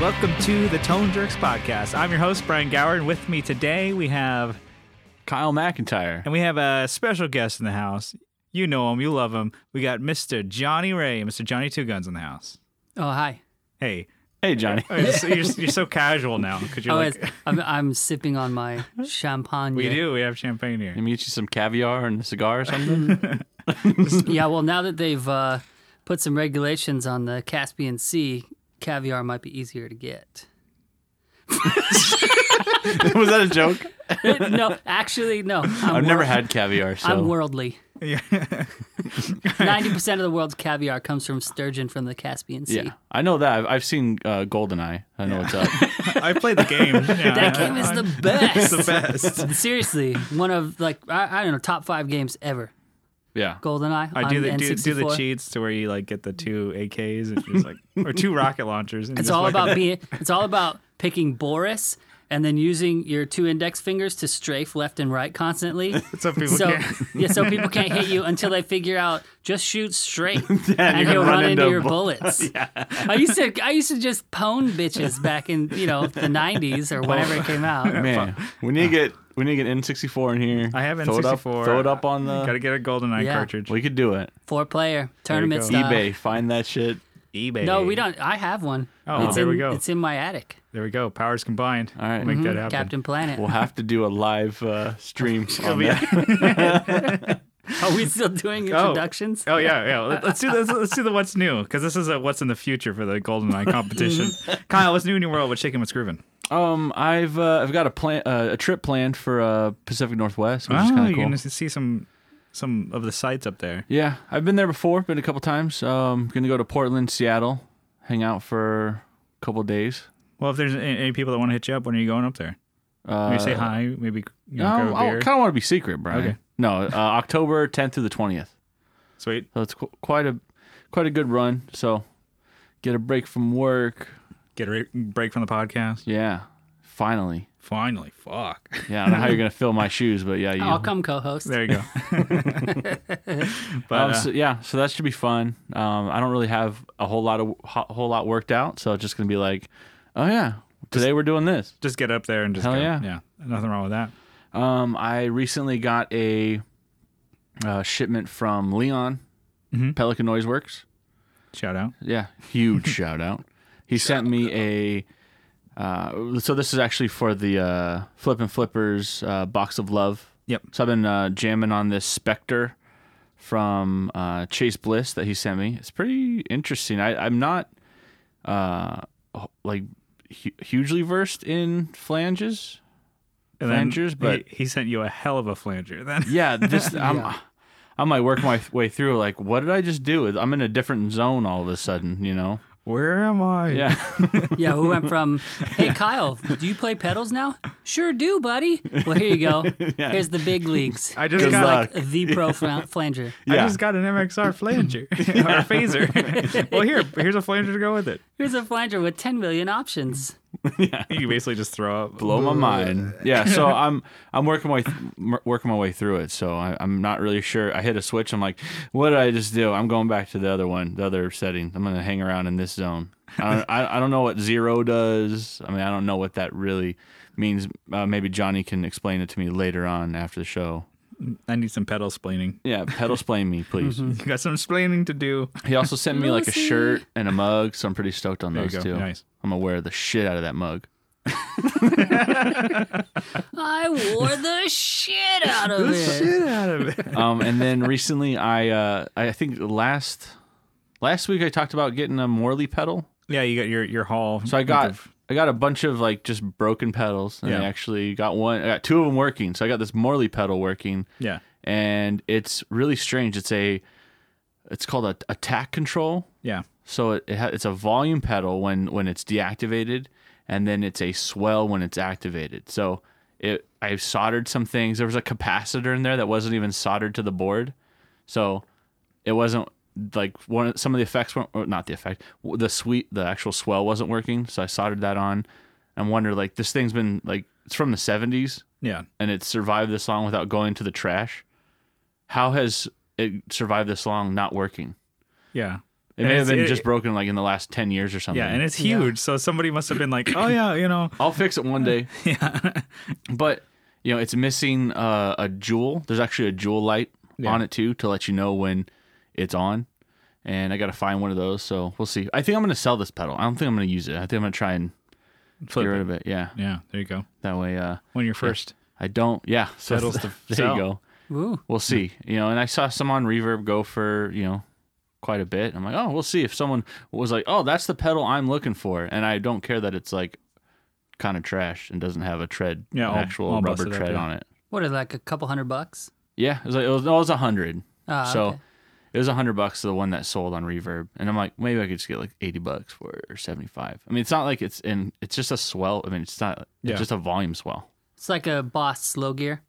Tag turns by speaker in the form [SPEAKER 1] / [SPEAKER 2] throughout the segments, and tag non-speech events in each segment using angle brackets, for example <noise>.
[SPEAKER 1] welcome to the Tone Jerks podcast. I'm your host Brian Gower, and with me today we have
[SPEAKER 2] Kyle McIntyre.
[SPEAKER 1] and we have a special guest in the house. You know him, you love him. We got Mr. Johnny Ray, Mr. Johnny Two Guns in the house.
[SPEAKER 3] Oh hi!
[SPEAKER 1] Hey,
[SPEAKER 2] Hey, Johnny.
[SPEAKER 1] Oh, you're, so- you're, you're so casual now because you're
[SPEAKER 3] Oh,
[SPEAKER 1] like,
[SPEAKER 3] it's- I'm, I'm sipping
[SPEAKER 1] <laughs>
[SPEAKER 3] on my champagne.
[SPEAKER 1] we do, we have champagne here.
[SPEAKER 2] Let me get you some caviar and a cigar or something.
[SPEAKER 3] <laughs> Yeah, well, now that they've uh, put some regulations on the Caspian Sea, caviar might be easier to get. <laughs>
[SPEAKER 2] Was that a joke?
[SPEAKER 3] no, actually, no. I'm
[SPEAKER 2] I've never had caviar, so
[SPEAKER 3] I'm worldly. <laughs>
[SPEAKER 1] <laughs>
[SPEAKER 3] Ninety percent of the world's caviar comes from sturgeon from the Caspian Sea.
[SPEAKER 2] yeah, I know that. I've, I've seen uh, Goldeneye. I know what's up.
[SPEAKER 1] <laughs> <laughs> I played the
[SPEAKER 3] <laughs>
[SPEAKER 1] game. Yeah,
[SPEAKER 3] That game is the
[SPEAKER 1] <laughs>
[SPEAKER 3] best.
[SPEAKER 1] the best.
[SPEAKER 3] Seriously, one of like I, I don't know top five games ever.
[SPEAKER 2] Yeah,
[SPEAKER 3] Goldeneye.
[SPEAKER 1] I
[SPEAKER 3] on
[SPEAKER 1] do the do,
[SPEAKER 3] N64.
[SPEAKER 1] do the cheats to where you like get the two AKs and just like or two rocket launchers. And
[SPEAKER 3] It's
[SPEAKER 1] just
[SPEAKER 3] all
[SPEAKER 1] like- <laughs>
[SPEAKER 3] about being. It's all about picking Boris and then using your two index fingers to strafe left and right constantly.
[SPEAKER 1] so <laughs> people
[SPEAKER 3] so
[SPEAKER 1] can't.
[SPEAKER 3] yeah, so people can't hit you until they figure out just shoot
[SPEAKER 1] <laughs>
[SPEAKER 3] straight and
[SPEAKER 2] you're
[SPEAKER 3] he'll
[SPEAKER 2] gonna
[SPEAKER 3] run
[SPEAKER 2] run
[SPEAKER 3] into
[SPEAKER 2] into
[SPEAKER 3] your
[SPEAKER 2] a bull-
[SPEAKER 3] bullets. I used to I used to just pwn bitches back in you know the '90s or whenever it came out.
[SPEAKER 2] man, we need to get we need to get N64 in here.
[SPEAKER 1] I have N64.
[SPEAKER 2] Throw it up, throw it up on the.
[SPEAKER 1] Gotta get a golden eye
[SPEAKER 3] Yeah.
[SPEAKER 1] cartridge.
[SPEAKER 2] we could do it.
[SPEAKER 3] Four player tournament
[SPEAKER 1] go.
[SPEAKER 3] style.
[SPEAKER 2] eBay, find that shit.
[SPEAKER 1] eBay.
[SPEAKER 3] No, we don't. I have one.
[SPEAKER 1] Oh,
[SPEAKER 3] it's
[SPEAKER 1] there
[SPEAKER 3] in,
[SPEAKER 1] we go.
[SPEAKER 3] It's in my attic.
[SPEAKER 1] There we go. Powers combined.
[SPEAKER 2] All right.
[SPEAKER 1] Make that happen. <laughs>
[SPEAKER 3] Captain Planet.
[SPEAKER 2] We'll have to do a live uh, stream. on
[SPEAKER 1] be-
[SPEAKER 2] that.
[SPEAKER 3] <laughs> Are we still doing introductions?
[SPEAKER 1] Oh, Oh yeah, yeah. Let- Let's do this. Let's do the what's new because this is a what's in the future for the golden
[SPEAKER 2] <laughs>
[SPEAKER 1] eye competition.
[SPEAKER 2] Mm-hmm.
[SPEAKER 1] Kyle, what's new in your world? What's shaking? What's grooving?
[SPEAKER 2] Um, I've uh, I've got a plan uh, a trip planned for uh, Pacific Northwest, which is
[SPEAKER 1] Oh,
[SPEAKER 2] kind
[SPEAKER 1] you're
[SPEAKER 2] of cool.
[SPEAKER 1] gonna see some some of the sites up there.
[SPEAKER 2] Yeah, I've been there before, been a couple times. Um, gonna go to Portland, Seattle, hang out for a couple days.
[SPEAKER 1] Well, if there's any, any people that want to hit you up, when are you going up there?
[SPEAKER 2] Uh,
[SPEAKER 1] Maybe say hi. Maybe you know, grab
[SPEAKER 2] No,
[SPEAKER 1] a
[SPEAKER 2] oh, I
[SPEAKER 1] beer.
[SPEAKER 2] kind of want to be secret, Brian.
[SPEAKER 1] Okay.
[SPEAKER 2] No, uh, October 10th through the 20th.
[SPEAKER 1] Sweet.
[SPEAKER 2] So it's qu- quite a quite a good run. So get a break from work.
[SPEAKER 1] Get a re- break from the podcast.
[SPEAKER 2] Yeah, finally.
[SPEAKER 1] Finally, fuck. <laughs>
[SPEAKER 2] Yeah, I don't know how you're gonna fill my shoes, but yeah, you.
[SPEAKER 3] I'll come co-host.
[SPEAKER 1] There you
[SPEAKER 2] <laughs>
[SPEAKER 1] go. <laughs> but
[SPEAKER 2] Um,
[SPEAKER 1] uh,
[SPEAKER 2] so- yeah, so that should be fun. Um, I don't really have a whole lot of ho- whole lot worked out, so it's just gonna be like, oh yeah, today we're doing this.
[SPEAKER 1] just get up there and just
[SPEAKER 2] Hell
[SPEAKER 1] go.
[SPEAKER 2] yeah.
[SPEAKER 1] nothing wrong with that.
[SPEAKER 2] Um, I recently got a uh, shipment from Leon
[SPEAKER 1] Mm-hmm.
[SPEAKER 2] Pelican Noise Works.
[SPEAKER 1] Shout out.
[SPEAKER 2] Yeah,
[SPEAKER 1] <laughs>
[SPEAKER 2] huge shout out. He sent me a. Uh, so this is actually for the uh, Flip and Flippers uh, box of love.
[SPEAKER 1] Yep.
[SPEAKER 2] So I've been uh, jamming on this Spectre from uh, Chase Bliss that he sent me. It's pretty interesting. I, I'm not uh, h- like hu- hugely versed in flanges.
[SPEAKER 1] And then
[SPEAKER 2] Flangers, but-
[SPEAKER 1] he, he sent you a hell of a flanger. Then
[SPEAKER 2] Yeah, this I'm I'm like working my way through. Like, what did I just do? I'm in a different zone all of a sudden. You know?
[SPEAKER 1] <laughs> where am I?
[SPEAKER 2] Yeah.
[SPEAKER 3] Yeah, we
[SPEAKER 2] <laughs>
[SPEAKER 3] went from, hey, Kyle, do you play pedals now? Sure do, buddy. Well, here you go.
[SPEAKER 2] <laughs>
[SPEAKER 3] Here's the big leagues.
[SPEAKER 1] I just
[SPEAKER 2] Good
[SPEAKER 1] got
[SPEAKER 2] luck.
[SPEAKER 3] Like
[SPEAKER 2] <laughs>
[SPEAKER 3] the pro flan- flanger.
[SPEAKER 1] I
[SPEAKER 2] Yeah.
[SPEAKER 1] just got an <laughs> MXR flanger or a <laughs> phaser. well, here, here's a flanger to go with it.
[SPEAKER 3] Here's a flanger with 10 million options.
[SPEAKER 1] <laughs> You basically just throw up.
[SPEAKER 2] <laughs> blow my mind. Yeah, so I'm I'm working my m- working my way through it. So I, I'm not really sure. I hit a switch. I'm like, what did I just do? I'm going back to the other one, the other setting. I'm gonna hang around in this zone. I don't, I, I don't know what zero does. I mean, I don't know what that really means. Uh, maybe Johnny can explain it to me later on after the show.
[SPEAKER 1] I need some pedal splaining.
[SPEAKER 2] Yeah, Mm-hmm. pedal explain me,
[SPEAKER 1] <laughs>
[SPEAKER 2] please.
[SPEAKER 1] You got some splaining to <laughs> do.
[SPEAKER 2] He also sent me like a
[SPEAKER 3] Lucy.
[SPEAKER 2] shirt and a mug, so I'm pretty stoked on
[SPEAKER 1] There you
[SPEAKER 2] those
[SPEAKER 1] go.
[SPEAKER 2] too.
[SPEAKER 1] Nice.
[SPEAKER 2] I'm gonna wear the shit out of that mug.
[SPEAKER 3] I wore
[SPEAKER 2] <laughs>
[SPEAKER 3] the shit out of it.
[SPEAKER 1] Get out of it.
[SPEAKER 2] um, and then recently, I uh, I think last last week I talked about getting a Morley pedal.
[SPEAKER 1] <laughs> Yeah, you got your your haul.
[SPEAKER 2] So I got I got a bunch of like just broken pedals, and I
[SPEAKER 1] Yeah.
[SPEAKER 2] actually got one. I got two of them working. So I got this Morley pedal working,
[SPEAKER 1] yeah
[SPEAKER 2] and it's really strange. It's a it's called a attack control.
[SPEAKER 1] yeah.
[SPEAKER 2] So it, it ha- it's a volume pedal when when it's deactivated, and then it's a swell when it's activated. So it I soldered some things. There was a capacitor in there that wasn't even soldered to the board, so it wasn't like one. of- Some of the effects weren't or not the effect. w- The sweet the actual swell wasn't working. So I soldered that on. and wonder like this thing's been like it's from the seventies
[SPEAKER 1] Yeah,
[SPEAKER 2] and it survived this long without going to the trash. How has it survived this long not working?
[SPEAKER 1] yeah.
[SPEAKER 2] It may have
[SPEAKER 1] it's-
[SPEAKER 2] been
[SPEAKER 1] it-
[SPEAKER 2] just broken like in the last ten years or something.
[SPEAKER 1] Yeah, and it's
[SPEAKER 3] Yeah.
[SPEAKER 1] huge. So somebody must have been like, "Oh yeah, you know,
[SPEAKER 2] I'll fix it one
[SPEAKER 1] <laughs>
[SPEAKER 2] day. yeah. But you know, it's missing uh, a jewel. There's actually a jewel light on it too to let you know when it's on. And I got to find one of those, so we'll see. I think I'm going to sell this pedal. I don't think I'm going to use it. I think I'm going to try and
[SPEAKER 1] flip
[SPEAKER 2] get
[SPEAKER 1] it.
[SPEAKER 2] rid of it. Yeah.
[SPEAKER 1] Yeah, there you go.
[SPEAKER 2] That way uh
[SPEAKER 1] When you're first,
[SPEAKER 2] I don't. Yeah. So
[SPEAKER 1] Pedals to
[SPEAKER 2] <laughs> there
[SPEAKER 1] sell.
[SPEAKER 2] you go.
[SPEAKER 3] Woo.
[SPEAKER 2] We'll see. You know, and I saw some on Reverb go for, you know, quite a bit. I'm like, "Oh, we'll see if someone was like, "Oh, that's the pedal I'm looking for." And I don't care that it's like kind of trash and doesn't have a tread,
[SPEAKER 1] Yeah,
[SPEAKER 2] an
[SPEAKER 1] all-
[SPEAKER 2] actual
[SPEAKER 1] all
[SPEAKER 2] rubber
[SPEAKER 1] busted up,
[SPEAKER 2] tread
[SPEAKER 1] yeah.
[SPEAKER 2] on it.
[SPEAKER 3] What are like a couple hundred bucks?
[SPEAKER 2] Yeah, it was like it was, no, it was a hundred.
[SPEAKER 3] Ah,
[SPEAKER 2] so
[SPEAKER 3] okay.
[SPEAKER 2] it was a hundred bucks to the one that sold on Reverb, and I'm like, maybe I could just get like eighty bucks for it or seventy five. I mean, it's not like it's in. It's just a swell. I mean, it's not. It's
[SPEAKER 1] Yeah.
[SPEAKER 2] just a volume swell.
[SPEAKER 3] It's like a Boss slow gear.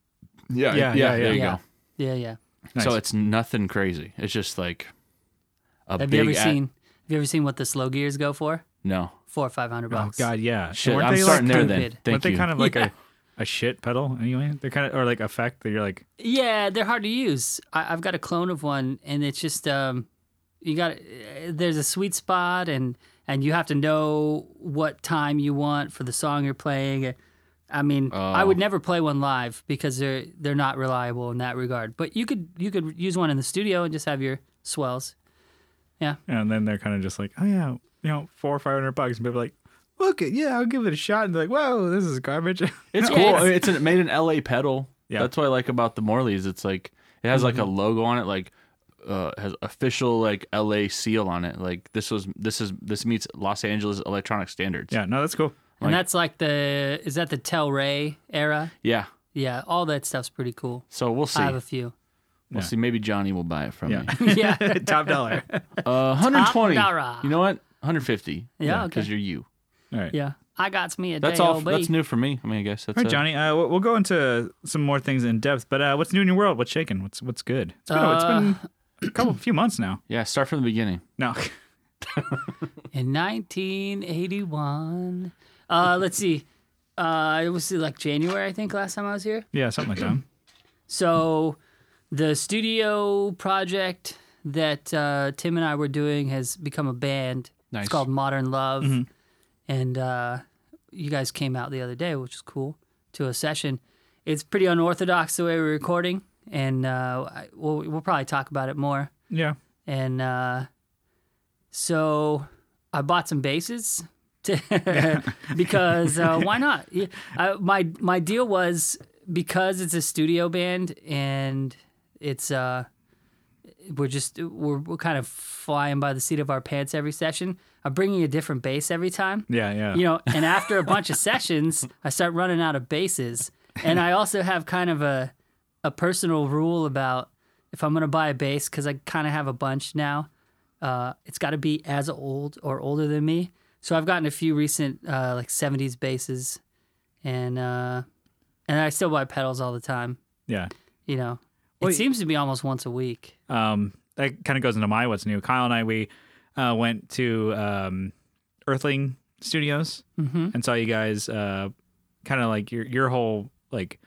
[SPEAKER 2] Yeah,
[SPEAKER 1] Yeah, yeah, yeah.
[SPEAKER 2] There you
[SPEAKER 3] yeah.
[SPEAKER 2] go.
[SPEAKER 3] Yeah, yeah.
[SPEAKER 1] Nice.
[SPEAKER 2] So it's nothing crazy. It's just like a
[SPEAKER 3] Have
[SPEAKER 2] big.
[SPEAKER 3] you ever
[SPEAKER 2] ad-
[SPEAKER 3] seen have you ever seen what the slow gears go for?
[SPEAKER 2] No.
[SPEAKER 3] Four or five hundred
[SPEAKER 1] oh
[SPEAKER 3] bucks.
[SPEAKER 1] god, yeah.
[SPEAKER 2] Shit,
[SPEAKER 1] Weren't
[SPEAKER 2] I'm
[SPEAKER 1] they
[SPEAKER 2] starting
[SPEAKER 1] like,
[SPEAKER 2] there
[SPEAKER 3] stupid.
[SPEAKER 2] then.
[SPEAKER 1] weren't
[SPEAKER 2] Thank
[SPEAKER 1] they
[SPEAKER 2] you.
[SPEAKER 1] kind of like
[SPEAKER 3] Yeah.
[SPEAKER 1] a, a shit pedal anyway? They're kind of or like effect that you're like,
[SPEAKER 3] Yeah, they're hard to use. I, I've got a clone of one, and it's just um, you got there's a sweet spot, and and you have to know what time you want for the song you're playing. I mean, I
[SPEAKER 2] Oh.
[SPEAKER 3] would never play one live because they're they're not reliable in that regard. But you could you could use one in the studio and just have your swells.
[SPEAKER 1] and then they're kind of just like, oh yeah, you know, four or five hundred bucks, and people are like, look, it, yeah, I'll give it a shot, and they're like, whoa, this is garbage. <laughs>
[SPEAKER 2] It's
[SPEAKER 3] Yeah,
[SPEAKER 2] cool.
[SPEAKER 3] it's-
[SPEAKER 2] I mean, It's, an, made in LA pedal.
[SPEAKER 1] Yeah. Mm-hmm.
[SPEAKER 2] That's what I like about the Morleys. It's like it has like a logo on it, like uh, has official like LA seal on it. Like this was this is this meets Los Angeles electronic standards.
[SPEAKER 1] yeah, no, that's cool.
[SPEAKER 3] And that's like the is that the Tel Rey era?
[SPEAKER 2] Yeah.
[SPEAKER 3] Yeah, all that stuff's pretty cool.
[SPEAKER 2] So we'll see.
[SPEAKER 3] I have a few. <laughs>
[SPEAKER 2] We'll
[SPEAKER 1] Yeah.
[SPEAKER 2] see. Maybe Johnny will buy it from
[SPEAKER 1] Yeah. <laughs>
[SPEAKER 2] me.
[SPEAKER 3] yeah,
[SPEAKER 1] Top dollar.
[SPEAKER 2] Uh, 120.
[SPEAKER 3] Top dollar.
[SPEAKER 2] You know what? 150.
[SPEAKER 3] Yeah, okay.
[SPEAKER 2] Because you're you.
[SPEAKER 1] All right.
[SPEAKER 3] yeah. I got me a
[SPEAKER 2] That's
[SPEAKER 3] day
[SPEAKER 2] all.
[SPEAKER 3] old
[SPEAKER 2] That's
[SPEAKER 3] bee.
[SPEAKER 2] new for me. I mean, I guess that's
[SPEAKER 1] All right,
[SPEAKER 2] it.
[SPEAKER 1] Johnny. Uh, we'll we'll go into some more things in depth. But uh, what's new in your world? What's shaking? What's what's good? It's been, it's
[SPEAKER 3] Uh,
[SPEAKER 1] been a couple, few months
[SPEAKER 3] <coughs>
[SPEAKER 1] now.
[SPEAKER 2] Yeah. Start from the beginning.
[SPEAKER 1] No,
[SPEAKER 3] In 1981. Uh, let's see. Uh, it was like January, I think, last time I was here.
[SPEAKER 1] yeah, something like
[SPEAKER 3] <coughs>
[SPEAKER 1] that.
[SPEAKER 3] So the studio project that uh, Tim and I were doing has become a band.
[SPEAKER 2] Nice.
[SPEAKER 3] It's called Modern Love. And uh, you guys came out the other day, which is cool, to a session. It's pretty unorthodox the way we're recording. And uh, I, we'll, we'll probably talk about it more.
[SPEAKER 1] Yeah,
[SPEAKER 3] and uh, so I bought some bases to, <laughs> because uh, why not? Yeah, I, my my deal was because it's a studio band and it's uh, we're just we're, we're kind of flying by the seat of our pants every session. I'm bringing a different bass every time
[SPEAKER 1] yeah, yeah.
[SPEAKER 3] you know and after a bunch
[SPEAKER 1] <laughs>
[SPEAKER 3] of sessions i start running out of bases and i also have kind of a a personal rule about if i'm going to buy a bass because i kind of have a bunch now uh, it's got to be as old or older than me so i've gotten a few recent uh, like 70s basses and uh, and i still buy pedals all the time
[SPEAKER 1] yeah.
[SPEAKER 3] you know
[SPEAKER 1] Well,
[SPEAKER 3] it seems to be almost once a week
[SPEAKER 1] um, that kind of goes into my what's new. Kyle and I we uh, went to um, Earthling Studios and saw you guys uh, kind of like your your whole like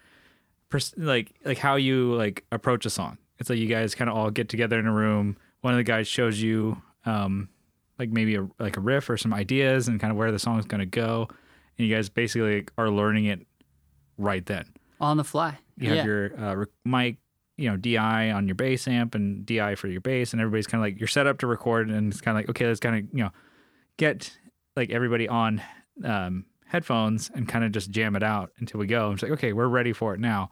[SPEAKER 1] pers- like like how you like approach a song. It's like you guys kind of all get together in a room. One of the guys shows you um, like maybe a, like a riff or some ideas and kind of where the song is going to go, and you guys basically are learning it right then
[SPEAKER 3] on the fly
[SPEAKER 1] you have your uh, rec- mic, you know, DI on your bass amp and DI for your bass, and everybody's kind of like you're set up to record, and it's kind of like okay, let's kind of you know get like everybody on um, headphones and kind of just jam it out until we go. I'm just like, okay, we're ready for it now.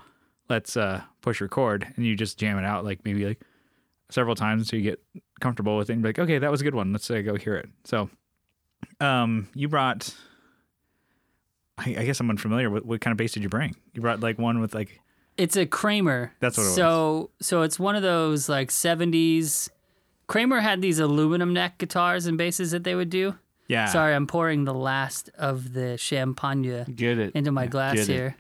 [SPEAKER 1] Let's uh, push record, and you just jam it out like maybe like several times until you get comfortable with it, and be like, okay, that was a good one. Let's uh, go hear it. So, um, you brought. I, I guess I'm unfamiliar. What, what kind of bass did you bring? You brought like one with like
[SPEAKER 3] It's a Kramer.
[SPEAKER 1] That's what it was.
[SPEAKER 3] so, So it's one of those like 70s. Kramer had these aluminum neck guitars and basses that they would do.
[SPEAKER 1] Yeah.
[SPEAKER 3] Sorry, I'm pouring the last of the champagne
[SPEAKER 2] Get it.
[SPEAKER 3] into my glass
[SPEAKER 2] Get it.
[SPEAKER 3] here.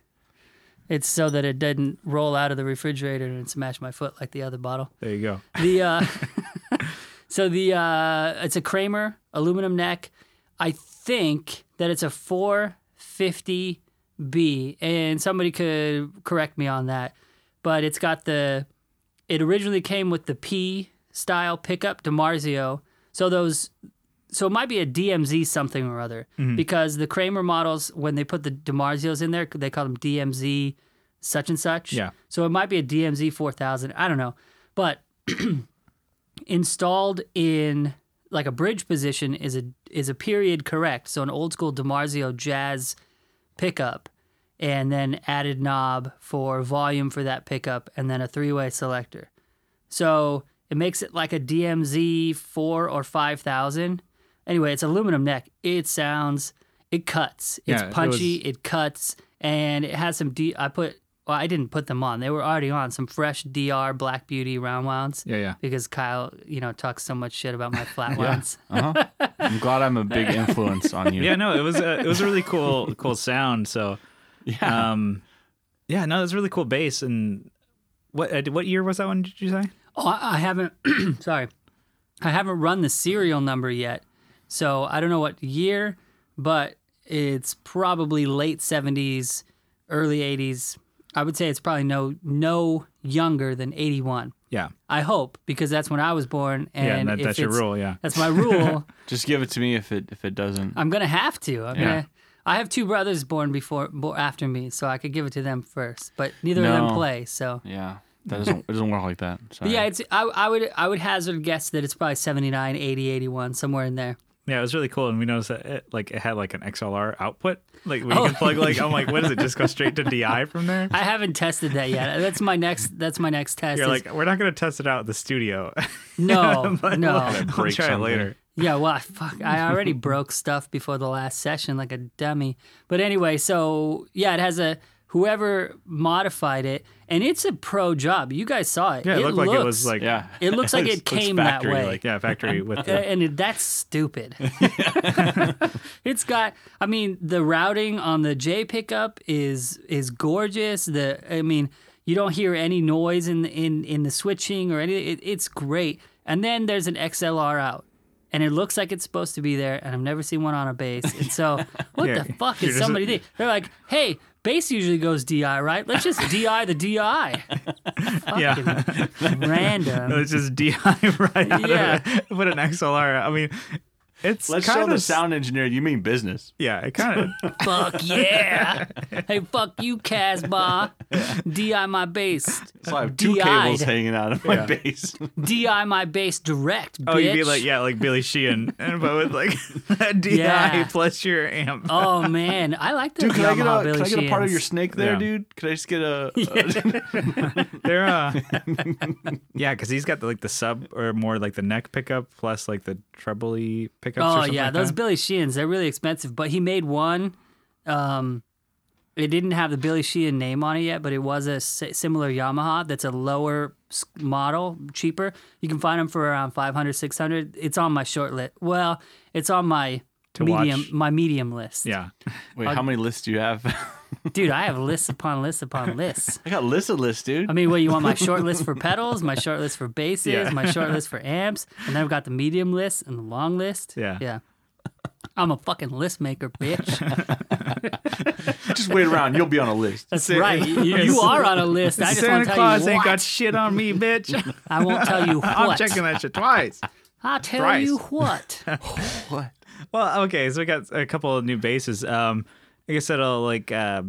[SPEAKER 3] It's so that it doesn't roll out of the refrigerator and smash my foot like the other bottle.
[SPEAKER 1] There you go.
[SPEAKER 3] The uh, <laughs> so the uh, it's a Kramer aluminum neck. I think that it's a 450B, and somebody could correct me on that. But it's got the. It originally came with the P style pickup Demarzio, So those, so it might be a DMZ something or other because the Kramer models when they put the Demarzios in there, they call them DMZ such and such.
[SPEAKER 1] Yeah.
[SPEAKER 3] So it might be a DMZ four thousand. I don't know, but <clears throat> installed in like a bridge position is a is a period correct. So an old school Demarzio jazz pickup, and then added knob for volume for that pickup, and then a three way selector. So it makes it like a DMZ four or five thousand. Anyway, it's aluminum neck. It sounds, it cuts. It's
[SPEAKER 1] Yeah, it
[SPEAKER 3] punchy.
[SPEAKER 1] was-
[SPEAKER 3] It cuts, and it has some D. I put. Well, I didn't put them on. They were already on some fresh DR Black Beauty round wounds
[SPEAKER 1] Yeah, yeah.
[SPEAKER 3] because Kyle, you know, talks so much shit about my
[SPEAKER 1] <laughs>
[SPEAKER 3] flat ones.
[SPEAKER 2] Uh-huh. I'm glad I'm a
[SPEAKER 3] <laughs>
[SPEAKER 2] big influence on you.
[SPEAKER 1] Yeah, no, it was a, it was a really cool <laughs> cool sound. So,
[SPEAKER 2] Yeah.
[SPEAKER 1] um, yeah, no, it was a really cool bass. And what uh, what year was that one? Did you say?
[SPEAKER 3] Oh, I I haven't. <clears throat> sorry, I haven't run the serial number yet, so I don't know what year, but it's probably late seventies, early eighties. I would say it's probably no no younger than eighty one.
[SPEAKER 1] Yeah,
[SPEAKER 3] I hope because that's when I was born, and
[SPEAKER 1] yeah, and that,
[SPEAKER 3] if
[SPEAKER 1] that's your
[SPEAKER 3] it's-
[SPEAKER 1] rule. Yeah,
[SPEAKER 3] That's
[SPEAKER 1] <laughs>
[SPEAKER 3] my rule.
[SPEAKER 2] Just give it to me if it if it doesn't.
[SPEAKER 3] I'm gonna have to. I'm
[SPEAKER 2] Yeah.
[SPEAKER 3] gonna. I have two brothers born before bo- after me, so I could give it to them first. But neither of them
[SPEAKER 2] No.
[SPEAKER 3] play, so
[SPEAKER 2] Yeah. That doesn't it doesn't work like that. Sorry.
[SPEAKER 3] yeah. It's I, I would I would hazard guess that it's probably 79, 80, 81, somewhere in there.
[SPEAKER 1] yeah, it was really cool. And we noticed that it, like it had like an XLR output. Like we
[SPEAKER 3] Oh.
[SPEAKER 1] can plug like I'm like, what is it?
[SPEAKER 3] <laughs>
[SPEAKER 1] Just go straight to DI from there?
[SPEAKER 3] I haven't tested that
[SPEAKER 1] <laughs>
[SPEAKER 3] yet. That's my next. That's my next test.
[SPEAKER 1] You're
[SPEAKER 3] is-
[SPEAKER 1] like, we're not gonna test it out at the studio. <laughs>
[SPEAKER 3] no, no.
[SPEAKER 1] we'll try
[SPEAKER 2] break
[SPEAKER 1] it
[SPEAKER 2] something.
[SPEAKER 1] later.
[SPEAKER 3] Yeah, well, I, fuck, I already broke stuff before the last session like a dummy. But anyway, so yeah, it has a whoever modified it, and it's a pro job. You guys saw it.
[SPEAKER 1] Yeah, it, looked like it was
[SPEAKER 3] looks-
[SPEAKER 1] like
[SPEAKER 2] Yeah.
[SPEAKER 3] <laughs> It
[SPEAKER 1] <laughs>
[SPEAKER 3] looks like it came that
[SPEAKER 1] factory,
[SPEAKER 3] way.
[SPEAKER 1] Like, yeah, factory
[SPEAKER 3] <laughs>
[SPEAKER 1] with
[SPEAKER 3] Uh,
[SPEAKER 1] the,
[SPEAKER 3] and it-
[SPEAKER 1] <laughs>
[SPEAKER 3] that's stupid. <laughs> it's got. I mean, the routing on the J pickup is is gorgeous. The I mean, you don't hear any noise in in in the switching or any. It, it's great. And then there's an XLR out, and it looks like it's supposed to be there. And I've never seen one on a bass.
[SPEAKER 1] <laughs>
[SPEAKER 3] And so, what
[SPEAKER 1] Yeah.
[SPEAKER 3] the fuck
[SPEAKER 1] You're
[SPEAKER 3] is
[SPEAKER 1] just-
[SPEAKER 3] somebody think? They're like, hey. Bass usually goes DI, right? Let's just DI the
[SPEAKER 1] <laughs>
[SPEAKER 3] DI.
[SPEAKER 1] yeah.
[SPEAKER 3] Fucking Random.
[SPEAKER 1] It's
[SPEAKER 3] <laughs>
[SPEAKER 1] just DI <laughs> right out
[SPEAKER 3] Yeah.
[SPEAKER 1] of it. <laughs> Put an XLR. I mean, it's
[SPEAKER 2] <laughs> Let's
[SPEAKER 1] kind
[SPEAKER 2] show
[SPEAKER 1] of
[SPEAKER 2] the sound engineer you mean business.
[SPEAKER 1] Yeah, it
[SPEAKER 3] <laughs>
[SPEAKER 1] kind of.
[SPEAKER 3] Fuck yeah! hey, fuck you, Casbah. Di my bass.
[SPEAKER 2] So I have 2
[SPEAKER 3] DI'd.
[SPEAKER 2] cables hanging out of my
[SPEAKER 1] Yeah.
[SPEAKER 2] <laughs> bass.
[SPEAKER 3] Di my bass direct. Bitch.
[SPEAKER 1] Oh, you'd be like, yeah, like Billy
[SPEAKER 3] <laughs>
[SPEAKER 1] Sheehan, and but with like <laughs> that DI
[SPEAKER 3] Yeah.
[SPEAKER 1] plus your amp.
[SPEAKER 3] Oh man, I like the
[SPEAKER 2] Dude, can I get
[SPEAKER 3] Yamaha
[SPEAKER 2] a
[SPEAKER 3] Billy
[SPEAKER 2] can I get a part of your
[SPEAKER 3] Sheehan's.
[SPEAKER 2] snake there,
[SPEAKER 1] Yeah.
[SPEAKER 2] dude? Can I just get a,
[SPEAKER 3] <laughs>
[SPEAKER 2] <laughs>
[SPEAKER 1] They're uh, yeah, because he's got the, like the sub or more like the neck pickup plus like the trebly pickups. or
[SPEAKER 3] Oh
[SPEAKER 1] something
[SPEAKER 3] yeah,
[SPEAKER 1] like
[SPEAKER 3] those
[SPEAKER 1] that.
[SPEAKER 3] Billy Sheehan's they're really expensive. But he made one. Um, it didn't have the Billy Sheehan name on it yet, but it was a si- similar Yamaha. That's a lower s- model, cheaper. You can find them for around 500, 600. It's on my short list. Well, it's on my
[SPEAKER 1] To
[SPEAKER 3] medium,
[SPEAKER 1] watch.
[SPEAKER 3] my medium list.
[SPEAKER 1] yeah,
[SPEAKER 2] Wait, how many lists do you have? <laughs> I
[SPEAKER 3] Dude, I have lists upon lists upon lists.
[SPEAKER 2] got lists of lists, dude.
[SPEAKER 3] I mean, what you want my short list for pedals, my short list for basses,
[SPEAKER 1] Yeah.
[SPEAKER 3] my short list for amps, and then I've got the medium list and the long list.
[SPEAKER 1] Yeah.
[SPEAKER 3] Yeah. I'm a fucking list maker,
[SPEAKER 1] <laughs>
[SPEAKER 3] bitch.
[SPEAKER 2] just wait around. You'll
[SPEAKER 3] <laughs>
[SPEAKER 2] be on a list.
[SPEAKER 3] That's
[SPEAKER 1] Say-
[SPEAKER 3] right. You, you are on a list. I just want
[SPEAKER 1] Santa
[SPEAKER 3] to tell
[SPEAKER 1] Claus
[SPEAKER 3] you
[SPEAKER 1] ain't
[SPEAKER 3] what.
[SPEAKER 1] got shit on me, bitch.
[SPEAKER 3] <laughs> I won't tell you
[SPEAKER 1] <laughs> I'm
[SPEAKER 3] what.
[SPEAKER 1] checking that shit twice.
[SPEAKER 3] I'll tell
[SPEAKER 1] thrice.
[SPEAKER 3] you
[SPEAKER 1] <laughs>
[SPEAKER 3] what.
[SPEAKER 2] What?
[SPEAKER 1] Well, okay, so we got a couple of new bases. Um, I guess that'll like uh,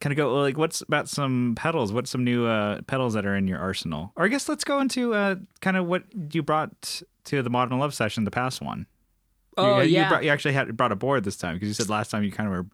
[SPEAKER 1] kind of go well, like what's about some pedals? What's some new uh, pedals that are in your arsenal? Or I guess let's go into uh, kind of what you brought to the Modern Love session, the past one.
[SPEAKER 3] Oh
[SPEAKER 1] you, you
[SPEAKER 3] yeah,
[SPEAKER 1] brought, you actually had brought a board this time because you said last time you kind of were.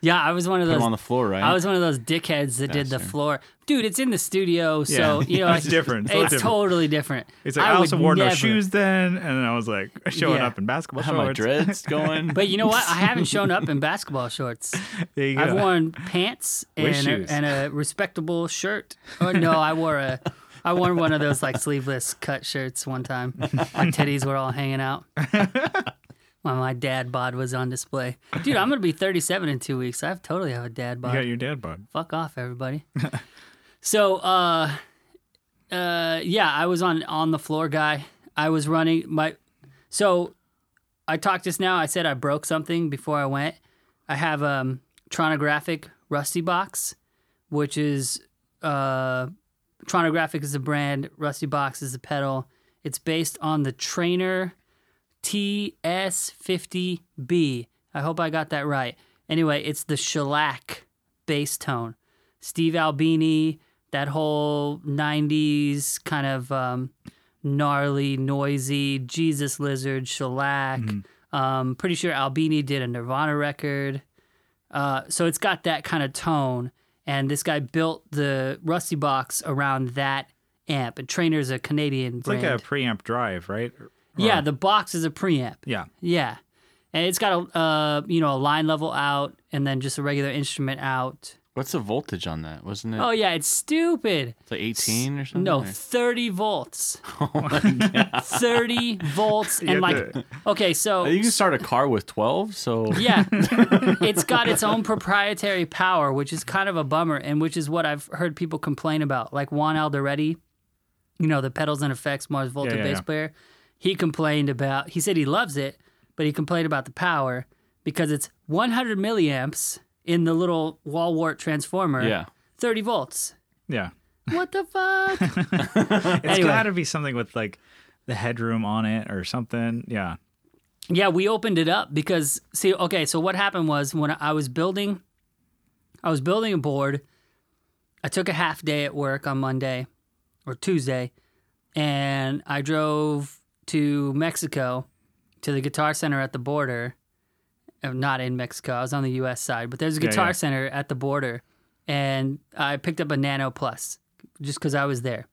[SPEAKER 3] yeah. I was one of
[SPEAKER 2] Put
[SPEAKER 3] those.
[SPEAKER 2] them on the floor, right?
[SPEAKER 3] I was one of those dickheads that did the floor. Dude, it's in the studio, so
[SPEAKER 1] Yeah. <laughs>
[SPEAKER 3] you know
[SPEAKER 1] It's different. It's a
[SPEAKER 3] It's,
[SPEAKER 1] little different.
[SPEAKER 3] totally different.
[SPEAKER 1] It's like I,
[SPEAKER 3] would
[SPEAKER 1] also wore no
[SPEAKER 3] never-
[SPEAKER 1] shoes then, and then I was like <laughs> showing
[SPEAKER 3] Yeah.
[SPEAKER 1] up in basketball
[SPEAKER 2] How my
[SPEAKER 1] shorts.
[SPEAKER 3] <laughs>
[SPEAKER 2] dreads <laughs> going?
[SPEAKER 3] But you know what? I haven't shown up in basketball shorts.
[SPEAKER 1] There you go.
[SPEAKER 3] I've worn pants
[SPEAKER 1] With
[SPEAKER 3] and
[SPEAKER 1] shoes.
[SPEAKER 3] a, and a respectable shirt. Or no, I wore a I wore one of those like sleeveless cut shirts one time. My titties were all hanging out. When my dad bod was on display. Dude, I'm gonna be 37 in two weeks. I totally have a dad bod
[SPEAKER 1] You got your dad bod.
[SPEAKER 3] fuck off everybody so uh uh yeah i was on on the floor guy i was running my so i talked just now i said i broke something before i went i have um tronographic rusty box which is uh tronographic is a brand rusty box is a pedal it's based on the trainer TS50B. I hope I got that right. Anyway, it's the shellac bass tone. Steve Albini, that whole 90s kind of um, gnarly, noisy, Jesus Lizard, shellac.
[SPEAKER 1] Mm-hmm.
[SPEAKER 3] Um, pretty sure Albini did a Nirvana record. Uh, so it's got that kind of tone. And this guy built the Rusty Box around that amp. And Trainer's a Canadian
[SPEAKER 1] It's like
[SPEAKER 3] brand.
[SPEAKER 1] a preamp drive, right? Or-
[SPEAKER 3] yeah, the box is a preamp.
[SPEAKER 1] Yeah.
[SPEAKER 3] Yeah, and it's got a uh, you know a line level out, and then just a regular instrument out.
[SPEAKER 2] What's the voltage on that? Wasn't it
[SPEAKER 3] Oh yeah, it's stupid.
[SPEAKER 2] it's like 18 or something?
[SPEAKER 3] No,
[SPEAKER 2] Or-
[SPEAKER 3] thirty volts. thirty volts, and
[SPEAKER 1] Yeah,
[SPEAKER 3] like
[SPEAKER 1] the-
[SPEAKER 3] okay, <laughs> so
[SPEAKER 2] You can start a car with 12,
[SPEAKER 1] <laughs>
[SPEAKER 2] so
[SPEAKER 3] yeah, it's got its own proprietary power, which is kind of a bummer, and which is what I've heard people complain about. Like Juan Alderetti, you know, the pedals and effects Mars Volta
[SPEAKER 1] yeah,
[SPEAKER 3] bass
[SPEAKER 1] yeah.
[SPEAKER 3] player, he complained about. He said he loves it, but he complained about the power because it's 100 milliamps in the little wall wart transformer. <laughs>
[SPEAKER 2] Yeah.
[SPEAKER 3] 30 volts.
[SPEAKER 1] Yeah.
[SPEAKER 3] What the fuck? <laughs>
[SPEAKER 1] It's
[SPEAKER 3] Anyway.
[SPEAKER 1] got to be something with like the headroom on it or something. Yeah.
[SPEAKER 3] Yeah, we opened it up because see, okay, so what happened was when I was building I was building a board. I took a half day at work on Monday or Tuesday and I drove to Mexico to the guitar center at the border. Uh, Not in Mexico, I was on the US side, but there's a
[SPEAKER 1] Yeah,
[SPEAKER 3] guitar
[SPEAKER 1] yeah.
[SPEAKER 3] center at the border and I picked up a Nano Plus just cuz I was there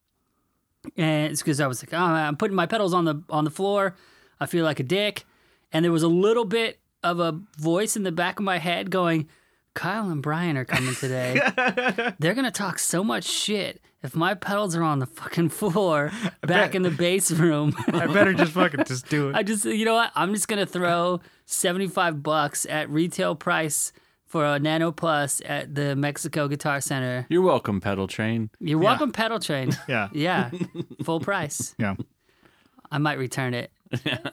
[SPEAKER 3] and it's because I was like, oh, I'm putting my pedals on the on the floor. I feel like a dick, and there was a little bit of a voice in the back of my head going, "Kyle and Brian are
[SPEAKER 1] <laughs>
[SPEAKER 3] coming today. They're gonna talk so much shit if my pedals are on the fucking floor back in the bass room." <laughs>
[SPEAKER 1] I better just fucking just do it.
[SPEAKER 3] I just, you know what? I'm just gonna throw 75 bucks at retail price for a Nano Plus at the Mexico Guitar Center.
[SPEAKER 2] you're welcome, pedal train.
[SPEAKER 3] You're welcome, pedal train.
[SPEAKER 1] Yeah.
[SPEAKER 3] Yeah, full price.
[SPEAKER 1] Yeah.
[SPEAKER 3] I might return it.
[SPEAKER 2] After